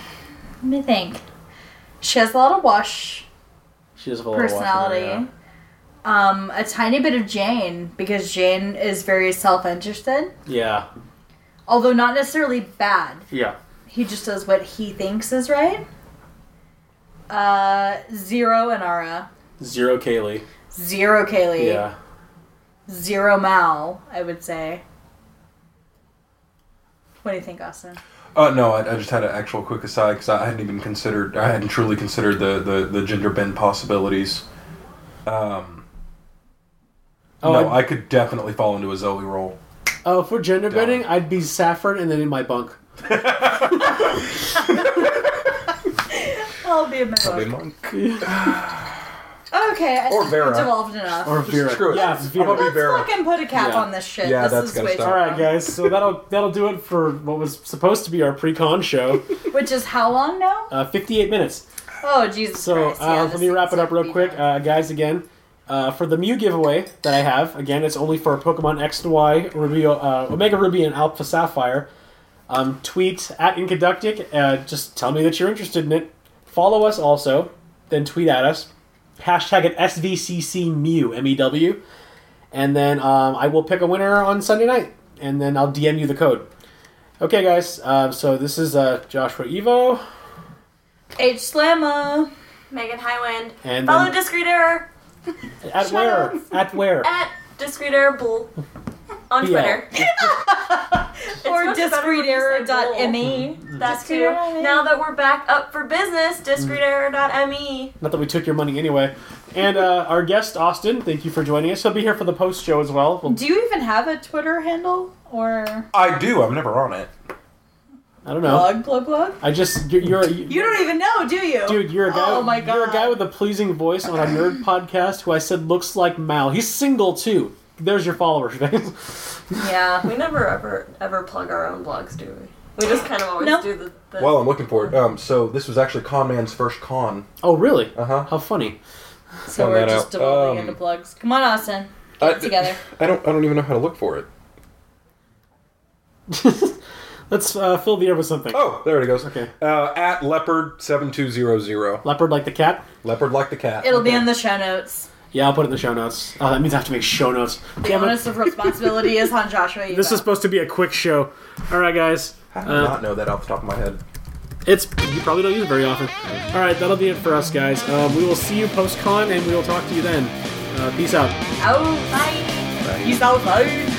Speaker 4: me think. She has a lot of wash
Speaker 2: She does have a lot of watching her,
Speaker 4: personality. Um, a tiny bit of Jane because Jane is very self-interested,
Speaker 2: Yeah,
Speaker 4: although not necessarily bad.
Speaker 2: yeah.
Speaker 4: He just does what he thinks is right. Uh, zero Inara,
Speaker 2: yeah. Zero Kaylee.
Speaker 4: zero Kaylee,
Speaker 2: Yeah.
Speaker 4: zero Mal. I would say. What do you think, Austin?
Speaker 3: Uh, no, I, I just had an actual quick aside because I hadn't even considered, I hadn't truly considered the, the, the gender bend possibilities. Um,
Speaker 2: Oh,
Speaker 3: no,
Speaker 2: I-
Speaker 3: I, could definitely fall into a Zoe role.
Speaker 2: Oh, if we're gender
Speaker 3: Down.
Speaker 2: bending, I'd be Saffron and then in my bunk.
Speaker 4: I'll be a Mal.
Speaker 3: Be monk.
Speaker 4: Okay, I
Speaker 3: Or
Speaker 4: think
Speaker 3: Vera.
Speaker 4: we've devolved enough.
Speaker 2: Or Vera.
Speaker 3: screw it.
Speaker 2: Yeah, it's Vera.
Speaker 3: I'm gonna be
Speaker 4: Let's
Speaker 3: Vera.
Speaker 4: fucking put a cap
Speaker 2: Yeah.
Speaker 4: on this shit.
Speaker 3: Yeah,
Speaker 4: this
Speaker 3: that's
Speaker 4: is
Speaker 3: gotta
Speaker 4: way
Speaker 3: stop.
Speaker 4: too
Speaker 2: All right, guys. So that'll that'll do it for what was supposed to be our pre-con show.
Speaker 4: Which is how long now?
Speaker 2: Uh, Fifty-eight minutes.
Speaker 4: Oh Jesus
Speaker 2: So
Speaker 4: Christ! yeah,
Speaker 2: uh,
Speaker 4: this
Speaker 2: let me wrap
Speaker 4: is
Speaker 2: it up
Speaker 4: gonna
Speaker 2: real
Speaker 4: be
Speaker 2: quick,
Speaker 4: done.
Speaker 2: uh, guys. Again, uh, for the Mew giveaway that I have, again, it's only for Pokemon X and Y, Ruby, uh, Omega Ruby, and Alpha Sapphire. Um, tweet at Incaductic. Uh, just tell me that you're interested in it. Follow us also. Then tweet at us. Hashtag it SVCCMew, M-E-W. E And then um, I will pick a winner on Sunday night. And then I'll DM you the code. Okay, guys. Uh, so this is uh, Joshua Evo.
Speaker 4: H Slamma.
Speaker 5: Megan Highwind.
Speaker 2: And
Speaker 5: Follow
Speaker 2: then-
Speaker 5: Discreet Error
Speaker 2: At where?
Speaker 4: (laughs)
Speaker 2: At where?
Speaker 5: at Discreet Error Bull on
Speaker 2: Yeah. (laughs)
Speaker 5: Twitter. It's
Speaker 4: Or
Speaker 5: much better when you
Speaker 2: E.
Speaker 5: say bull.
Speaker 4: discreeterror.me.
Speaker 5: That too. Now that we're back up for business, discreeterror.me.
Speaker 2: Not that we took your money anyway. And uh, our guest Austin, thank you for joining us. He'll be here for the post show as well. Well,
Speaker 4: Do you even have a Twitter handle or
Speaker 3: I do. I'm never on it.
Speaker 2: I don't know.
Speaker 4: blog plug plug?
Speaker 2: I just you're, you're
Speaker 4: You don't even know, do you?
Speaker 2: dude. You're a guy.
Speaker 4: Oh my God.
Speaker 2: You're a guy with a pleasing voice on a nerd podcast who I said looks like Mal. He's single too. There's your followers. (laughs)
Speaker 4: Yeah.
Speaker 5: We never ever ever plug our own blogs, do we? We just kind of always
Speaker 4: Nope.
Speaker 5: do the. the
Speaker 3: Well, I'm looking for it. Um, so this was actually Con Man's first con.
Speaker 2: oh really?
Speaker 3: Uh-huh.
Speaker 2: How funny.
Speaker 4: So
Speaker 3: Found
Speaker 4: we're
Speaker 3: that
Speaker 4: just
Speaker 3: out.
Speaker 4: devolving
Speaker 3: Um,
Speaker 4: into plugs. Come on, Austin.
Speaker 3: I,
Speaker 4: Get it together.
Speaker 3: I don't. I don't even know how to look for it.
Speaker 2: Let's uh, fill the air with something.
Speaker 3: Oh, there it goes.
Speaker 2: Okay.
Speaker 3: Uh, at leopard seven two zero zero.
Speaker 2: Leopard like the cat.
Speaker 3: Leopard like the cat.
Speaker 4: It'll be in the show notes.
Speaker 2: Yeah, I'll put it in the show notes. Oh, that means I have to make show notes.
Speaker 4: The
Speaker 2: Damn it.
Speaker 4: onus of responsibility is on Joshua. Eva.
Speaker 2: This is supposed to be a quick show. All right, guys.
Speaker 3: I do
Speaker 2: Uh,
Speaker 3: not know that off the top of my head.
Speaker 2: It's you probably don't use it very often. All right, that'll be it for us, guys. Um, we will see you post con, and we will talk to you then. Uh, peace out.
Speaker 4: Oh, bye. He's out, bye.